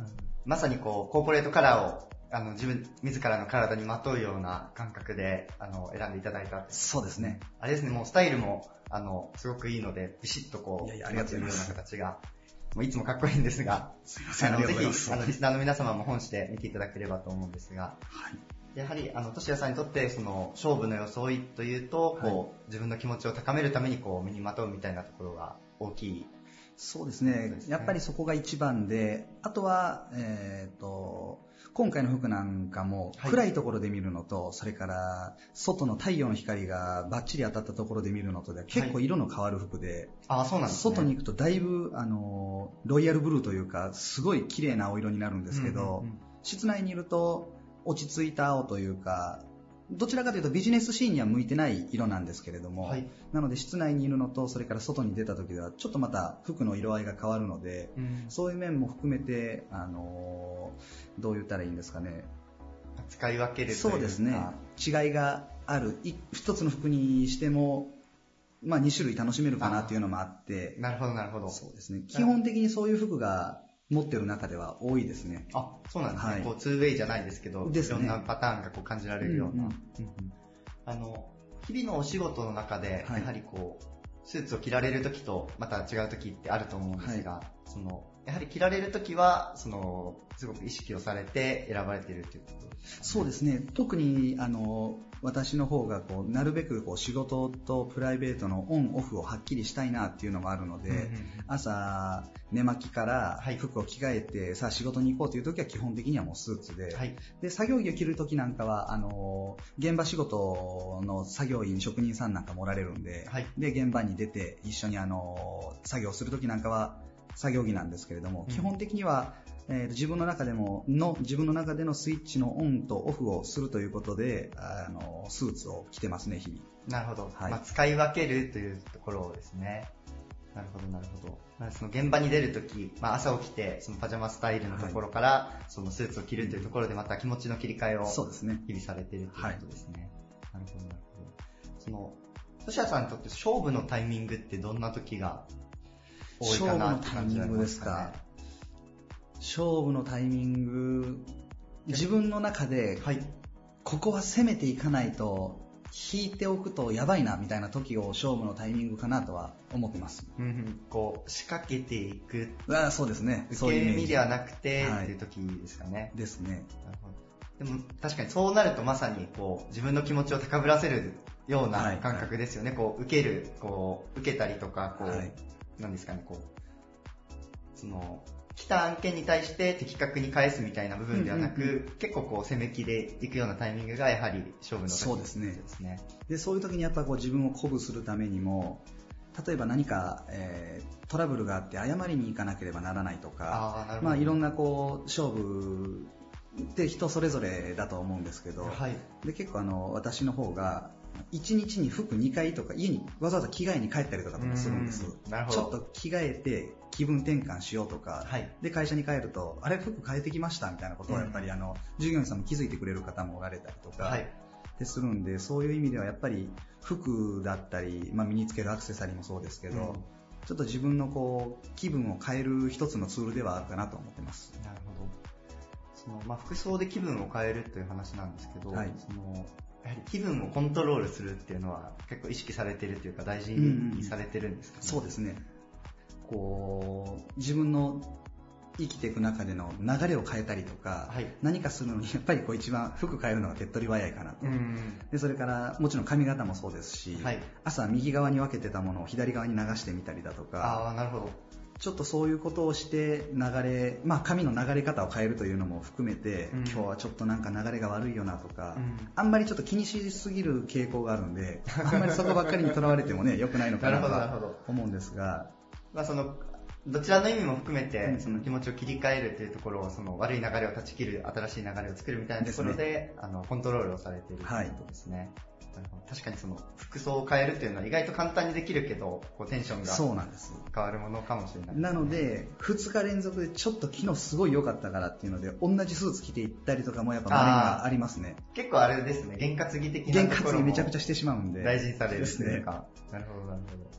まさにこう、コーポレートカラーを、あの、自分、自らの体にまとうような感覚で、あの、選んでいただいた。そうですね。あれですね、もうスタイルも、あの、すごくいいので、ビシッとこう、いやありがとうございます決まってるような形が、もういつもかっこいいんですが、すいませんあありの、がぜとうございまひ、すあの、リスナーの皆様も本誌で見ていただければと思うんですが、やはり、あの、としやさんにとって、その、勝負の装いというと、こう、自分の気持ちを高めるために、こう、身にまとうみたいなところが大きい。そうですねやっぱりそこが一番であとは、えー、と今回の服なんかも暗いところで見るのと、それから外の太陽の光がバッチリ当たったところで見るのとで結構色の変わる服で、あ、そうなんですね。外に行くとだいぶ、あの、ロイヤルブルーというか、すごい綺麗な青色になるんですけど、室内にいると、落ち着いた青というか、どちらかというとビジネスシーンには向いてない色なんですけれども、はいなので室内にいるのとそれから外に出た時ではちょっとまた服の色合いが変わるので、うんそういう面も含めて、あのーどう言ったらいいんですかね使い分けるというかそうですね違いがあるい一つの服にしても、まあ、2種類楽しめるかなっていうのもあってなるほどなるほどそうですね基本的にそういう服が持ってる中では多いですねあそうなんですね、はいこうツーウェイじゃないですけどですいねろんなパターンがこう感じられるような、うんうんあの日々のお仕事の中で、やはりこうスーツを着られる時とまた違う時ってあると思うんですが、そのやはり着られる時はそのすごく意識をされて選ばれているということそうですね特にあの私の方がこうなるべくこう仕事とプライベートのオンオフをはっきりしたいなっていうのがあるので、うんうんうん朝寝巻きから服を着替えて、さあ仕事に行こうという時は基本的にはもうスーツで,、で作業着を着る時なんかはあの現場仕事の作業員職人さんなんかもおられるんで,、で現場に出て一緒にあの作業する時なんかは作業着なんですけれども、うん基本的には、えー自分の中でもの自分の中でのスイッチのオンとオフをするということであのスーツを着てますね日々なるほど、はいまあ、使い分けるというところですねなるほどなるほどまあその現場に出るとき、まあ、朝起きてそのパジャマスタイルのところから、そのスーツを着るというところでまた気持ちの切り替えをそうです日ね々されているということですね、なるほどなるほどそのトシヤさんにとって勝負のタイミングってどんな時が多いかなって感じられますか、ね、勝負のタイミング自分の中で、ここは攻めていかないと引いておくとやばいなみたいな時を勝負のタイミングかなとは思ってますうんうんこう仕掛けていくあーそうですね受そういうイメけージ身ではなくてはいっていう時ですかね、ですねなるほどでも確かにそうなるとまさにこう自分の気持ちを高ぶらせるような感覚ですよね、こう受けるこう受けたりとかこう、なんですかねこうその来た案件に対して的確に返すみたいな部分ではなく、うんうん結構こう攻め気でいくようなタイミングがやはり勝負のそう時ですねですねでそういう時にやっぱこう自分を鼓舞するためにも例えば何か、えートラブルがあって謝りに行かなければならないとあかーなるほどまあ、いろんなこう勝負って人それぞれだと思うんですけど、で結構あの私の方が1日に服2回とか家にわざわざ着替えに帰ったりとかもするんですうんなるほちどょっと着替えて気分転換しようとか、で会社に帰るとあれ服変えてきましたみたいなことをやっぱり、あの従業員さんも気づいてくれる方もおられたりとか、はいでするんでそういう意味ではやっぱり服だったり、まあ、身につけるアクセサリーもそうですけど、ちょっと自分のこう気分を変える一つのツールではあるかなと思ってます。なるほどそのまあ、服装で気分を変えるという話なんですけど、はいそのやはり気分をコントロールするっていうのは結構意識されてるというか大事うんうんにされてるんですか、ねそうですね。こう、自分の生きていく中での流れを変えたりとか、何かするのに やっぱりこう一番服変えるのが手っ取り早いかなと。でそれからもちろん髪型もそうですし、朝右側に分けてたものを左側に流してみたりだとかああなるほどちょっとそういうことをして流れ、まあ、髪の流れ方を変えるというのも含めて、うん今日はちょっとなんか流れが悪いよなとか、うんあんまりちょっと気にしすぎる傾向があるんであんまりそこばっかりにとらわれて もね良くないのかなとなるほどなるは思うんですがまあ、そのどちらの意味も含めてその気持ちを切り替えるというところをその悪い流れを断ち切る新しい流れを作るみたいなところであのコントロールをされているということですね、なるほど確かにその服装を変えるというのは意外と簡単にできるけどこうテンションがそうなんです変わるものかもしれないなので2日連続でちょっと昨日すごい良かったからっていうので同じスーツ着て行ったりとかもやっぱ稀にはありますね結構あれですね験担ぎ的な験ところ担ぎもめちゃくちゃしてしまうんで大事にされるでとすいうねか、なるほどなるほど、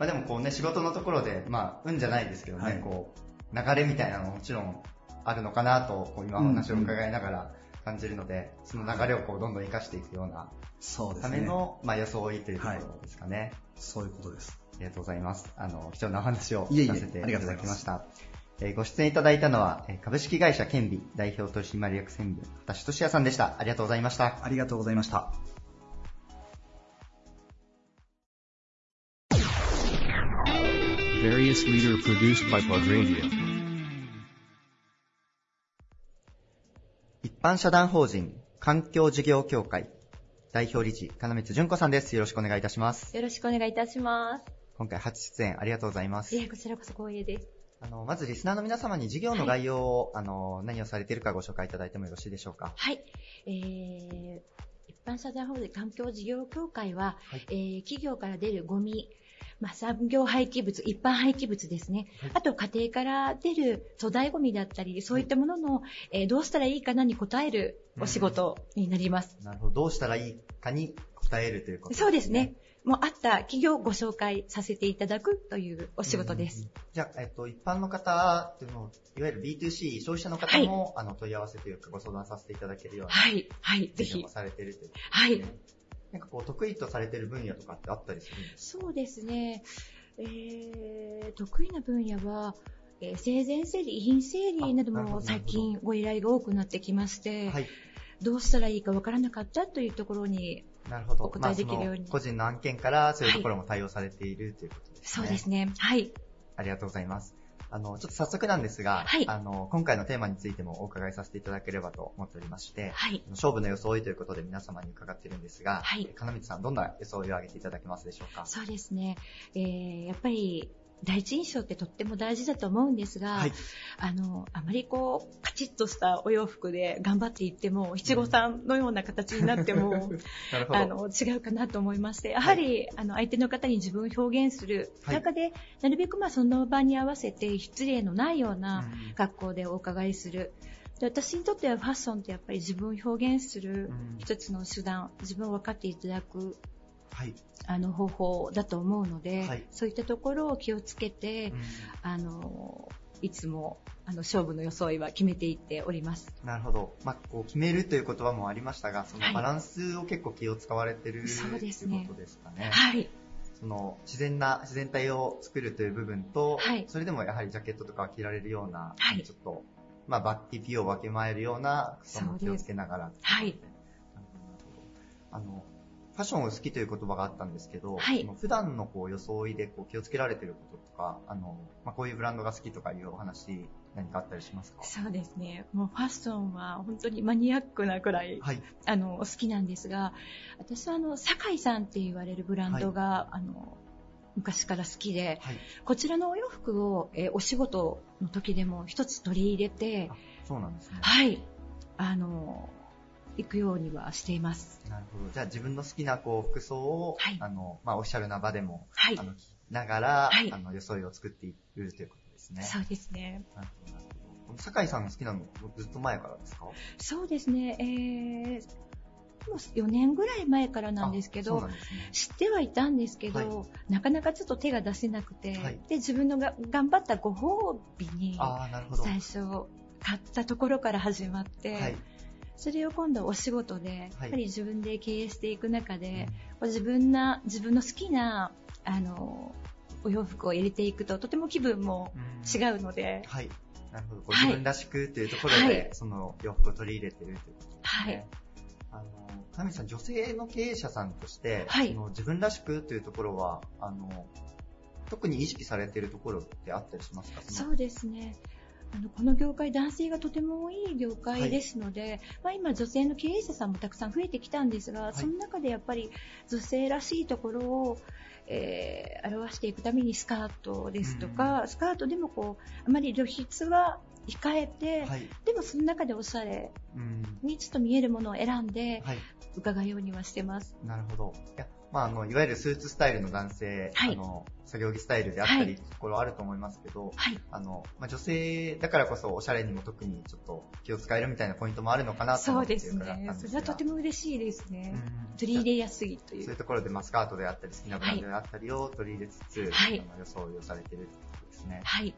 まあ、でもこうね仕事のところでまあ運じゃないですけどね、はいこう流れみたいなのももちろんあるのかなとこう今お話を伺いながら感じるので、その流れをこうどんどん生かしていくようなそうですたねめの、まあ、装いというところですかね、そういうことですありがとうございますあの貴重なお話をいえいえ聞かせていありがとたうござだいきますましたえーご出演いただいたのは、えー株式会社ケンビ代表取締役専務、畑俊也さんでした。ありがとうございました。ありがとうございました。 Various leader produced by Pod Radio. 一般社団法人環境事業協会代表理事、金光純子さんです。よろしくお願いいたします。よろしくお願いいたしま。今回初出演ありがとうございますす。いえ、こちらこそ光栄です。あの、まずリスナーの皆様に事業の概要を、あの、何をされているかご紹介いただいてもよろしいでしょうか。はい。えー、一般社団法人環境事業協会は、えー企業から出るゴミ、まあ、産業廃棄物、一般廃棄物ですね、あと家庭から出る粗大ごみだったり、そういったものの、えーどうしたらいいかなに応えるお仕事になります。なるほど。どうしたらいいかに答えるということそうですね。もうあった企業をご紹介させていただくというお仕事です。じゃあ、えっと、一般の方っていうのをいわゆる B2C 消費者の方も、あの問い合わせというかご相談させていただけるような、はい、はい、ぜ授業ひも。されているということはい、なんかこう得意とされている分野とかってあったりするんですそうですね、えー得意な分野は、えー生前整理、遺品整理などあなるほもど最近ご依頼が多くなってきまして、かはい。どうしたらいいかわからなかったというところに、なるほど。お答えできるようにまあその個人の案件からそういうところも対応されているということですそね。うですね、はい、ありがとうございます。あの、ちょっと早速なんですが、あの、今回のテーマについてもお伺いさせていただければと思っておりまして、はいあの勝負の装いということで皆様に伺っているんですが、金光さん、どんな装いを挙げていただけますでしょうかそうですね、えーやっぱり第一印象ってとっても大事だと思うんですが、あの、あまりこう、カチッとしたお洋服で頑張っていっても、七五三のような形になっても、 なるほどあの違うかなと思いましてやはり、あの相手の方に自分を表現する中で、なるべくまあその場に合わせて失礼のないような格好でお伺いする。で私にとってはファッションってやっぱり自分を表現する一つの手段、自分を分かっていただくはい。あの方法だと思うので、はいそういったところを気をつけて、あのいつもあの勝負の装いは決めていっております。なるほど。まあ、こう、決めるという言葉もありましたが、そはのいバランスを結構気を使われてる、そうですねということですかね。はい。その、自然な、自然体を作るという部分と、それでもやはりジャケットとかは着られるような、ちょっと、まあ、バッ TP を分けまえるような、その気をつけながら。はい。あの、ファッションを好きという言葉があったんですけど、はいその普段のこう装いでこう気をつけられてることとか、あの、まあ、こういうブランドが好きとかいうお話、何かあったりしますかそうですね。もうファッションは本当にマニアックなくらい、あの好きなんですが、私はあの酒井さんって言われるブランドが、あの昔から好きで、こちらのお洋服を、えーお仕事の時でも一つ取り入れて、そうなんですね。はい、あの行くようにはしています。なるほど。じゃあ自分の好きなこう服装を、あの、まあ、オフィシャルな場でも、あの、着ながら、あの、装いを作っているということですね。そうですね。なるほどなるほど。酒井さんの好きなの、ずっと前からですかそうですね。えーもう4年ぐらい前からなんですけそうど、なんですね。知ってはいたんですけど、なかなかちょっと手が出せなくて、で自分のが頑張ったご褒美にああ、なるほど。最初買ったところから始まって、はいそれを今度お仕事で、はいやっぱり自分で経営していく中で、こう自分な自分の好きなあのお洋服を入れていくととても気分も違うので、はい。なるほど。こう自分らしくというところで、はいその洋服を取り入れてるということですね。はい。あの、かみさん、女性の経営者さんとして、はいその自分らしくというところは、あの、特に意識されているところってあったりしますかそうですね。あのこの業界、男性がとても多い業界ですので、まあ、今、女性の経営者さんもたくさん増えてきたんですが、その中でやっぱり女性らしいところを、えー表していくためにスカートですとか、スカートでもこうあまり露出は控えて、でもその中でおしゃれうん。にちょっと見えるものを選んで、はい。伺うようにはしてます。なるほど。いや、まあ、あの、いわゆるスーツスタイルの男性、あの、作業着スタイルであったはり、いところあると思いますけど、あの、まあ、女性だからこそ、おしゃれにも特にちょっと気を使えるみたいなポイントもあるのかなとそ思っうてで伺すったんねで。そすれはがとても嬉しいですねうん。取り入れやすいといそういうう。ところでマスカートであったり、好きなブランドであったりを取り入れつつ、はいあの装いをされているということですね。はい。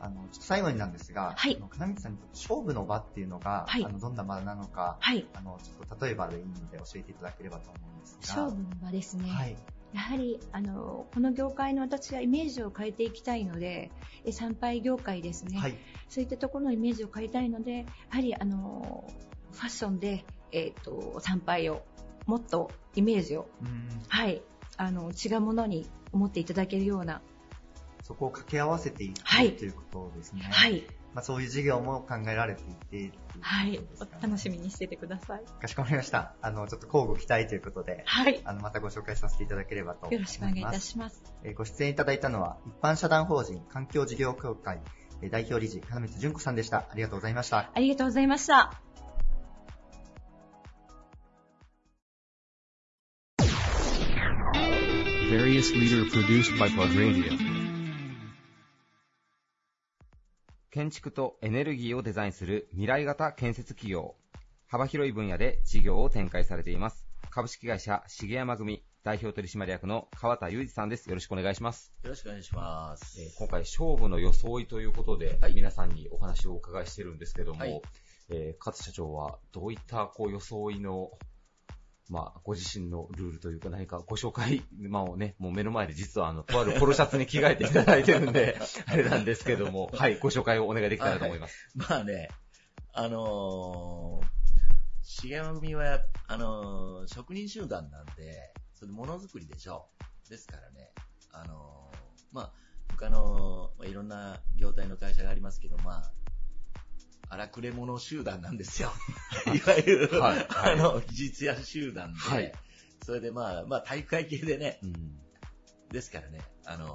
あの、ちょっと最後になんですが、あの金光さんにとって勝負の場っていうのが、あのどんな場なのか、あの、ちょっと例えばでいいので教えていただければと思うんですが。勝負の場ですね、はいやはりあのこの業界の私はイメージを変えていきたいのでえ参拝業界ですね、はいそういったところのイメージを変えたいのでやはりあのファッションで、えー、と参拝をもっとイメージを、はい、あの違うものに思っていただけるようなそこを掛け合わせていく、ということですね。はい。まあ、そういう事業も考えられていてっていう、はい、お楽しみにしててください。かしこまりました。あの、ちょっと交互期待ということで、はいあの、またご紹介させていただければと思いよまろす。しくお願いいたします。えーご出演いただいたのは、一般社団法人環境事業協会えー代表理事、金光純子さんでした。ありがとうございました。ありがとうございました。 Various leader produced by Pod Radio. 建築とエネルギーをデザインする未来型建設企業。幅広い分野で事業を展開されています。株式会社重山組代表取締役の川田裕二さんです。よろしくお願いします。よろしくお願いします。えー今回、勝負の装いということで、皆さんにお話をお伺いしてるんですけども、はい、えー勝社長はどういったこう装いの、まあ、ご自身のルールというか何かご紹介、まあ、をね、もう目の前で実はあの、とあるポロシャツに着替えていただいてるん であれなんですけども、はい、ご紹介をお願いできたらと思います。はいまあね、あのー、重山組は、あのー職人集団なんで、それものづくりでしょう。ですからね、あのーまあ、他の、まあ、いろんな業態の会社がありますけど、まあ、荒くれ者集団なん ですよ。いわゆる、はいはいあの、技術屋集団で、はいそれでまあ、まあ、体育会系でね、ですからね、あのー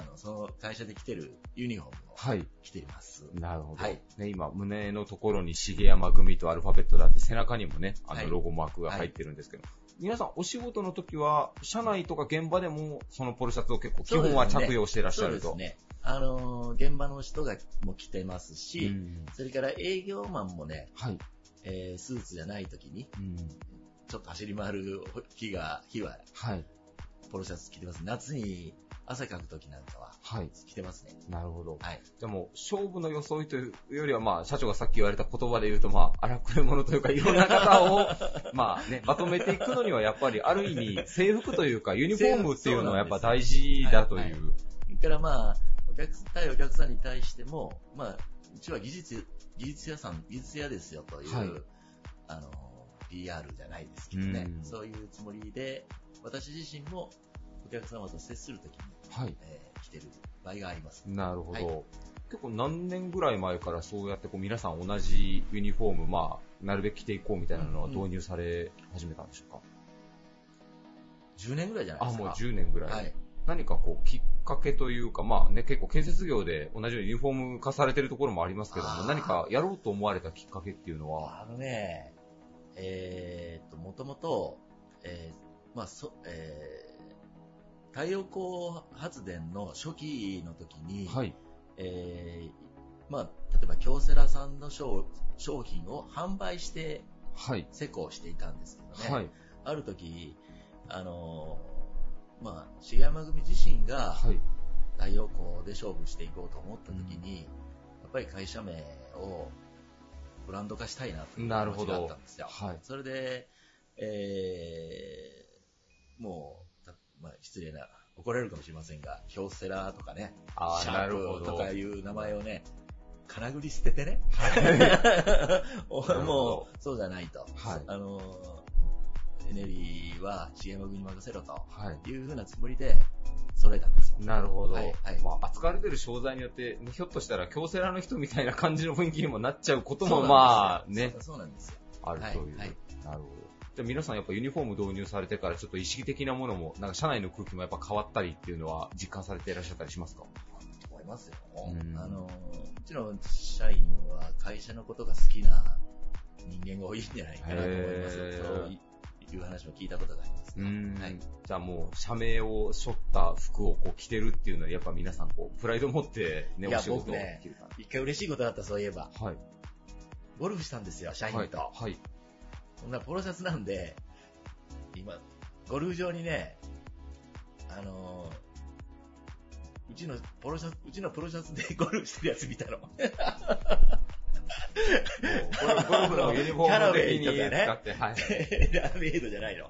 あの、その会社で着てるユニフォームはい。着ています。なるほど。はいね、今、胸のところに重山組とアルファベットだって、背中にもね、あはいの、ロゴマークが入ってるんですけど、皆さん、お仕事の時は、社内とか現場でも、そのポロシャツを結構、基本は着用してらっしゃると。そうですね。あのー現場の人がもう着てますし、うんそれから営業マンもね、はいえースーツじゃない時に、うんちょっと走り回る日が、日は、はい。ポロシャツ着てます。夏に汗かく時なんかは、はい。着てますね。なるほど。はい。でも、勝負の装いというよりは、まあ、社長がさっき言われた言葉で言うと、まあ、荒くれ者というか、いろんな方 を、まあね、まとめていくのには、やっぱり、ある意味、制服というか、ユニフォームっていうのはやっぱ大事だという。それからまあ、お客さん、対お客さんに対しても、まあ、うちは技術、技術屋さん、技術屋ですよという、はいあの、PR じゃないですけどねう、んそういうつもりで、私自身もお客様と接するときに、はいえー来てる場合があります。なるほど。はい結構何年ぐらい前からそうやってこう皆さん同じユニフォーム、まあ、なるべく着ていこうみたいなのは導入され始めたんでしょうか、 10年ぐらいじゃないあ、ですか。もう10年ぐらい。はい。何かこう、きっかけというか、まあね、結構建設業で同じようにユニフォーム化されてるところもありますけども、何かやろうと思われたきっかけっていうのは、あのね、えーっと、もともと、えーまあ、そ、えー太陽光発電の初期の時に、はいえーまあ、例えば京セラさんの商商品を販売して、はい施工していたんですけどね、はいある時、あのーまあ、重山組自身が、はい太陽光で勝負していこうと思った時に、やっぱり会社名をブランド化したいなというなる気持ほちがあどったんですよ。はいそれで、えー、もう、たまあ、失礼な、怒られるかもしれませんが、京セラとかね、あーシャなるほープどとかいう名前をね、金繰り捨 ててね、 おなるほどもう、そうじゃないと。はいあのーエネルギーは CM 組に任せろというふうなつもりで、揃えたんですよ。なるほど。はいまあ、扱われてる商材によって、ねひょっとしたら京セラの人みたいな感じの雰囲気にもなっちゃうことも、そうなんですよまあね、そうそうなんですよ。あるという。なるほど。じゃあ皆さんやっぱユニフォーム導入されてからちょっと意識的なものも、なんか社内の空気もやっぱ変わったりっていうのは実感されていらっしゃったりしますか思いますよ。うんあの、もちろん社員は会社のことが好きな人間が多いんじゃないかなと思いますよへ。ーそういう話も聞いたことがあります。うん、じゃあもう社名を背負った服をこう着てるっていうのはやっぱ皆さんこうプライド持ってね、いおや仕、事を。僕ね、一回嬉しいことがあった、そういえば。はい。ゴルフしたんですよ、社員と。はい。はい、そんなポロシャツなんで、今、ゴルフ場にね、あのーうちのポロシャツ、うちのプロシャツでゴ ルフしてるやつ見たの。ゴルフのユニフォーム的にキャラウェイとかね使ってはい ラーメイドじゃないの。い、や、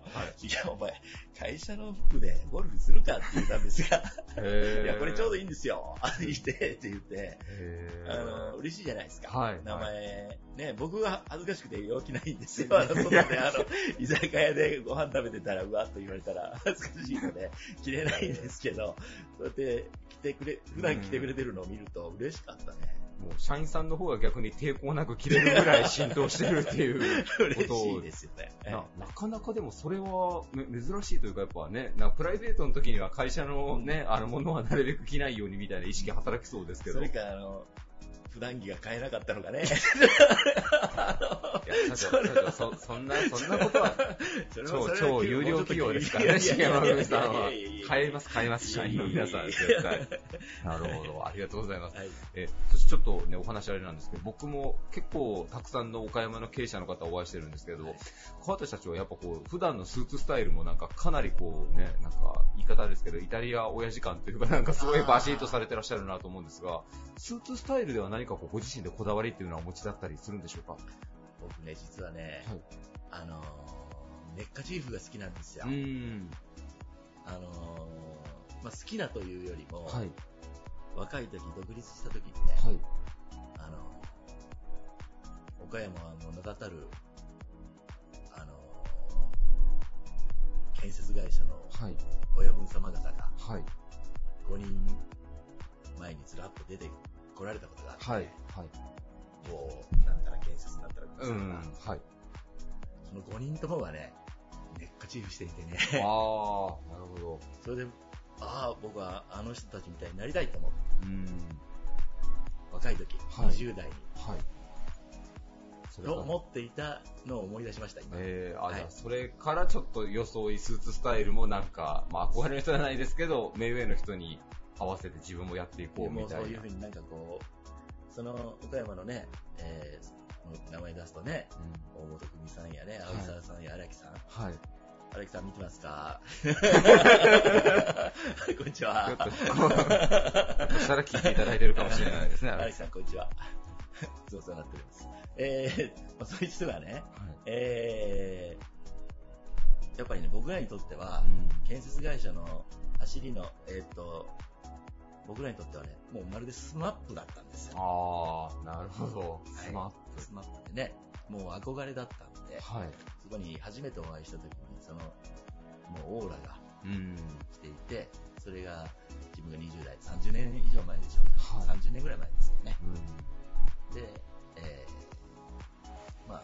お前、会社の服でゴルフするかって言ったんですが、へーいや、これちょうどいいんですよ。 歩いてって言って、へあーの、嬉しいじゃないですか。はいはい名前、ね、僕は恥ずかしくて陽気ないんですよ。いや外で、あの、居酒屋でご飯食べてたら、うわっと言われたら恥ずかしいので、着れないんですけど、そうやって来てくれ、普段来てくれてるのを見ると嬉しかったね。もう社員さんの方が逆に抵抗なく着れるぐらい浸透してるっていうことを。嬉しいですよねななかなかでもそれはめ珍しいというかやっぱね、なんかプライベートの時には会社のね、あのものはなるべく着ないようにみたいな意識働きそうですけど。それか、あの、普段着が買えなかったのかね。いや社長社長そそんな、そんなことは、それ超はそれ、は超有料企業ですからね、いやい重やいや山組さんはいやいやいやいや。買えます、買えます、社員の皆さん、絶対。 なるほど、ありがとうございます。え、そしてちょっとね、お話あれなんですけど、僕も結構たくさんの岡山の経営者の方お会いしてるんですけど、川田社長はやっぱこう、普段のスーツスタイルもなんかかなりこうね、なんか言い方ですけど、イタリア親父感というかなんかすごいバシッとされてらっしゃるなと思うんですが、スーツスタイルでは何かこうご自身でこだわりっていうのはお持ちだったりするんでしょうか僕ね、実はね、あのー、ネッカチーフが好きなんですよ。あのー、まあ、好きだというよりも、はい若い時、独立した時にね、あのー、岡山は物語る、あのー、建設会社のはい。親分様方が、はい。 5人前にずらっと出て来られたことがあって、はい。はい。こう、なんたら建設なんたら建設うが、ん。はい。その5人ともがね、ネッカチーフしていてね。ああ、な るほど。それで、ああ、僕はあの人たちみたいになりたいと思って、うん。若い時、はい20代に。はい。それとは思っていたのを思い出しました、今。えー、あ、じゃあそれからちょっと装いスーツスタイルもなんか、まあ憧れの人じゃないですけど、目上の人に合わせて自分もやっていこうもみうそたういいうなふう。になんかこう、その岡山のね、えー、名前出すとね、大本組さんやね、はい青沢さんや荒木さん。はい。荒木さん見てます かこんにちひはょっ。としたら聞いていただいてるかもしれないですね 荒木さん、こんにちは。そうそうなってるんです。えー、まあ、そういう人がね、えー、やっぱりね、僕らにとっては、建設会社の走りの、えーっ、と、僕らにとってはね、もうまるでスマップだったんですよ。ああ、なるほど。はいスマップ。スマップでね、もう憧れだったんで、はいそこに初めてお会いした時に、その、もうオーラがうん。来ていて、それが自分が20代、30年以上前でしょうか、30年ぐらい前ですよね。で、えー、まあ、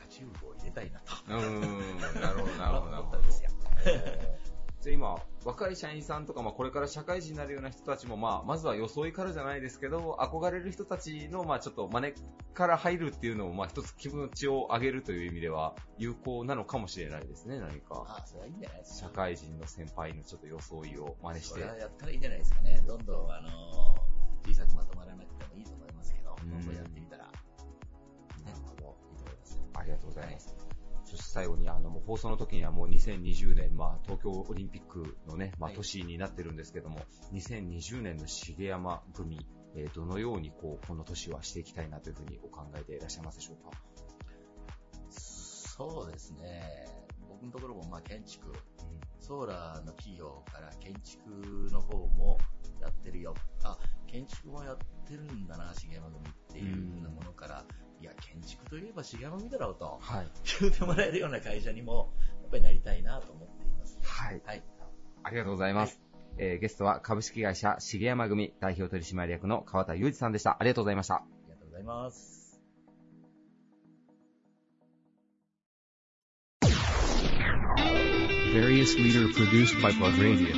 カチューブを入れたいなと。うーん、なるほど、なるほど、なる思っほたどんですよ。。えーじゃあ今、若い社員さんとか、まあ、これから社会人になるような人たちも、まあ、まずは装いからじゃないですけど、憧れる人たちの、まあ、ちょっと真似から入るっていうのも、まあ、一つ気持ちを上げるという意味では、有効なのかもしれないですね、何か。あ、それはいいんじゃないですか。社会人の先輩のちょっと装いを真似しそて。れはやったらいいんじゃないですかね。どんどん、あのー小さくまとまらなくてもいいと思いますけど、うんどんどんやってみたら、ね、いいと思います。ありがとうございます。そして最後に、あの、もう放送の時にはもう2020年、まあ、東京オリンピックのね、まあ、年になってるんですけども、2020年の重山組、えーどのようにこう、この年はしていきたいなというふうにお考えでいらっしゃいますでしょうかそうですね。僕のところもまあ建築、ソーラーの企業から建築の方もやってるよ。あ、建築もやってるんだな、重山組っていうふうなものから、いや、建築といえば重山組だろうと、はい。 言ってもらえるような会社にも、やっぱりなりたいなと思っています。はい。ありがとうございます。えーゲストは株式会社重山組代表取締役の川田裕二さんでした。ありがとうございました。ありがとうございます。 Various leader produced by Blog Radio.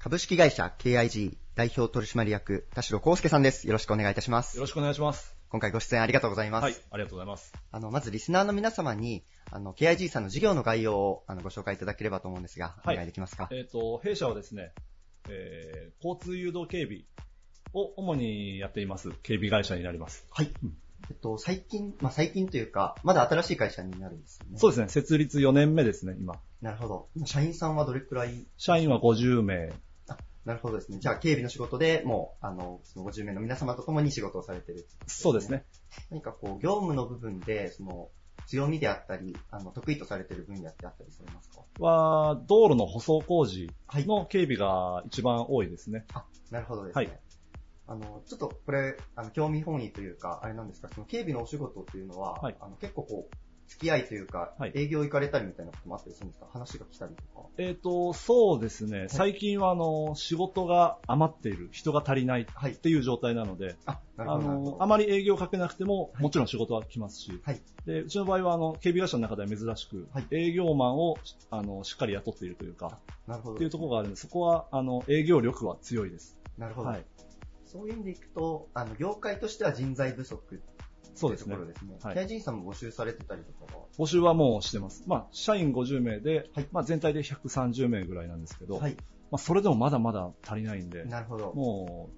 株式会社 KIG 代表取締役田代康介さんです。よろしくお願いいたします。よろしくお願いします。今回ご出演ありがとうございます。はい、ありがとうございます。あの、まずリスナーの皆様に、あの、KIG さんの事業の概要をあのご紹介いただければと思うんですが、はいお願いできますか。えっ、と、弊社はですね、えー交通誘導警備を主にやっています。警備会社になります。はい。えっと、最近、まあ、最近というか、まだ新しい会社になるんですよね。そうですね、設立4年目ですね、今。なるほど。今社員さんはどれくらい社員は50名。なるほどですね。じゃあ、警備の仕事でもう、あの、その50名の皆様と共に仕事をされてるってことですねそうですね。何かこう、業務の部分で、その、強みであったり、あの、得意とされてる分野ってあったりされますかは、道路の舗装工事の警備が一番多いですね。なるほどですね。はい。あの、ちょっとこれ、あの、興味本位というか、あれなんですが、その警備のお仕事っていうのは、あの結構こう、付き合いというか、営業行かれたりみたいなこともあったりするんですか話が来たりとか。えっ、と、そうですね、最近はあの、仕事が余っている、人が足りないっていう状態なので、なあるほどなるほの、あまり営業かけなくても、もちろん仕事は来ますし、で、うちの場合はあの、警備会社の中では珍しく、営業マンを、あの、しっかり雇っているというか、なるほどっていうところがあるんで、そこは、あの、営業力は強いです。なるほど。はいそういう意味でいくと、あの、業界としては人材不足。そうですねところですね。はいケア人さんも募集されてたりとかは募集はもうしてます。まあ、社員50名で、まあ全体で130名ぐらいなんですけど、はいまあそれでもまだまだ足りないんで、なるほど。も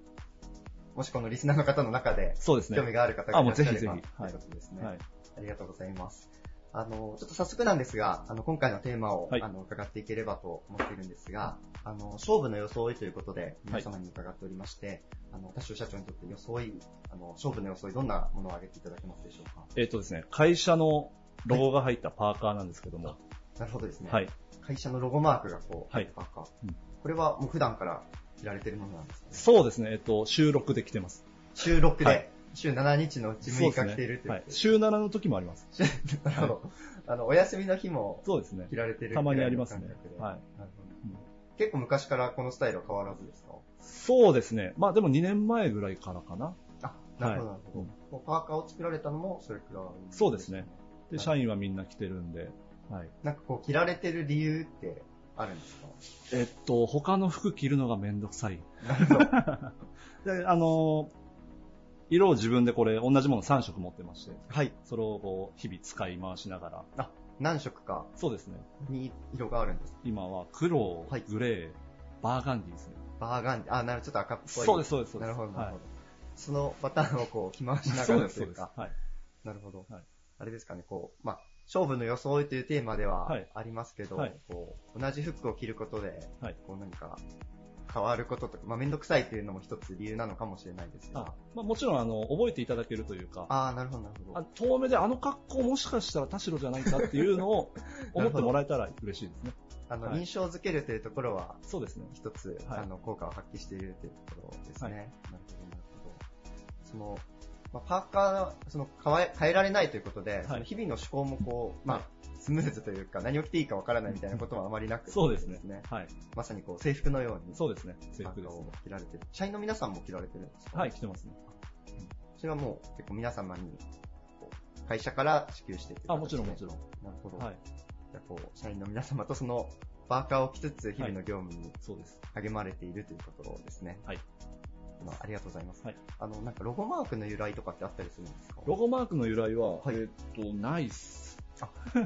う、もしこのリスナーの方の中で、そうですね興味がある方がいらっしゃればあもうぜひぜひということですね。はいありがとうございます。あの、ちょっと早速なんですが、あの、今回のテーマを、あの、伺っていければと思っているんですが、あの、勝負の装いということで、皆様に伺っておりまして、あの、田代社長にとって装い、あの、勝負の装い、どんなものを挙げていただけますでしょうかえっ、とですね、会社のロゴが入ったパーカーなんですけども、なるほどですね。はい会社のロゴマークがこう、はいパーカーこれはもう普段から着られてるものなんですかそうですね、えっ、と、収録で来てます。収録はいで、週7日のうち6日着ているという。はい、週7の時もあります。なるほど。あの、お休みの日も、そうですね。着られてるたまにありますねぐらいの感覚ではいなるほど結構昔からこのスタイルは変わらずですかそうですね。まあでも2年前ぐらいからかな。あなるほど、なるうほんど。パーカーを作られたのも、それくらい。そうですね。はで、い社員はみんな来てるんで、はい。なんかこう、着られてる理由ってあるんですかえっと、他の服着るのがめんどくさい。 で、あのー色を自分でこれ、同じもの3色持ってまして、はい。それをこう、日々使い回しながら。あ、何色か。そうですね。に色があるんですか今は黒、グレー、バーガンディですね。バーガンディ、あ、なるほどちょっと赤っぽい。そうですそうですそうですなるほど、なるほどは。そのパターンをこう、着回しながそうらですというか。そうですなるほど。あれですかね、こう、まあ、勝負の装いというテーマではありますけど、はいこう同じ服を着ることで、はいこう何か変わることとか、まあ、めんどくさいというのも一つ理由なのかもしれないですが、まあ、もちろん、あの、覚えていただけるというか、ああ、なるほど、なるほど。あ遠目であの格好もしかしたら田代じゃないかっていうのを な思るほどってもらえたら嬉しいですね。あの、はい印象付けるというところは、そうですね。一つ、あの、効果を発揮しているというところですね。なるほど、なるほど。その、まあ、パーカー、その、変え、変えられないということで、その日々の思考もこう、まあ、スムーズというか、何を着ていいかわからないみたいなこともあまりなく、そうですねね。はい。まさにこう、制服のように。そうですね。制服です、を着られてる。社員の皆さんも着られてるんですかはい、来てますね。それはもう、結構皆様に、こう会社から支給していくあもちろんもちろん。なるほど。はいじゃあこう、社員の皆様とそのバーカーを着つつ、日々の業務に励まれているということですね。はい。まあ、ありがとうございます。あの、なんかロゴマークの由来とかってあったりするんですかロゴマークの由来は、えっと、ないっす。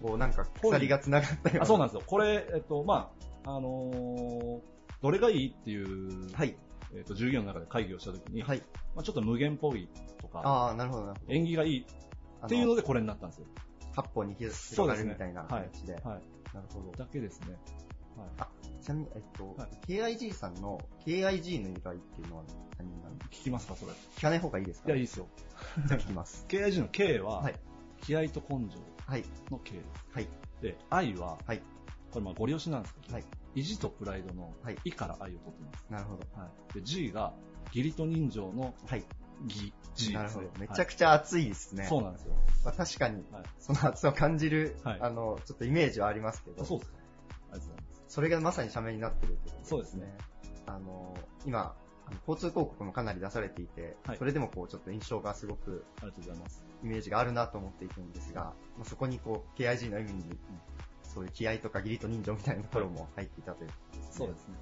こう、なんか鎖が繋がったような。あそうなんですよ。これ、えっと、まあ、あのーどれがいいっていう、えっと、従業員の中で会議をしたときに、まあ、ちょっと無限っぽいとか、ああ、なるほど、なるほ縁起がいいっていうのでこれになったんですよ。八方に広がるみたいな感じで。はい。なるほど。だけですね。はい。あ、ちなみに、えっと、KIG さんの KIG の由来っていうのは何になる聞きますか、それ。聞かない方がいいですかいや、いいですよ。じゃあ聞 きます。 KIG の K は、はい気合と根性の K です。で、愛は、これまあゴリ押しなんですけど、意地とプライドの、意から愛を取ってます。なるほど。はい、で G が、義理と人情の、義、G なでるすほねど。。めちゃくちゃ熱いですね。そうなんですよ。まあ、確かに、その熱さを感じる、あの、ちょっとイメージはありますけど。そうですありがとうございます。それがまさに社名になってるってことそうですね。あの、今、あの交通広告もかなり出されていて、それでもこう、ちょっと印象がすごく、ありがとうございます。イメージがあるなと思っていくんですが、まあ、そこにこう、KIG の意味に、そういう気合とか義理と人情みたいなところも入っていたということですね。そうですね。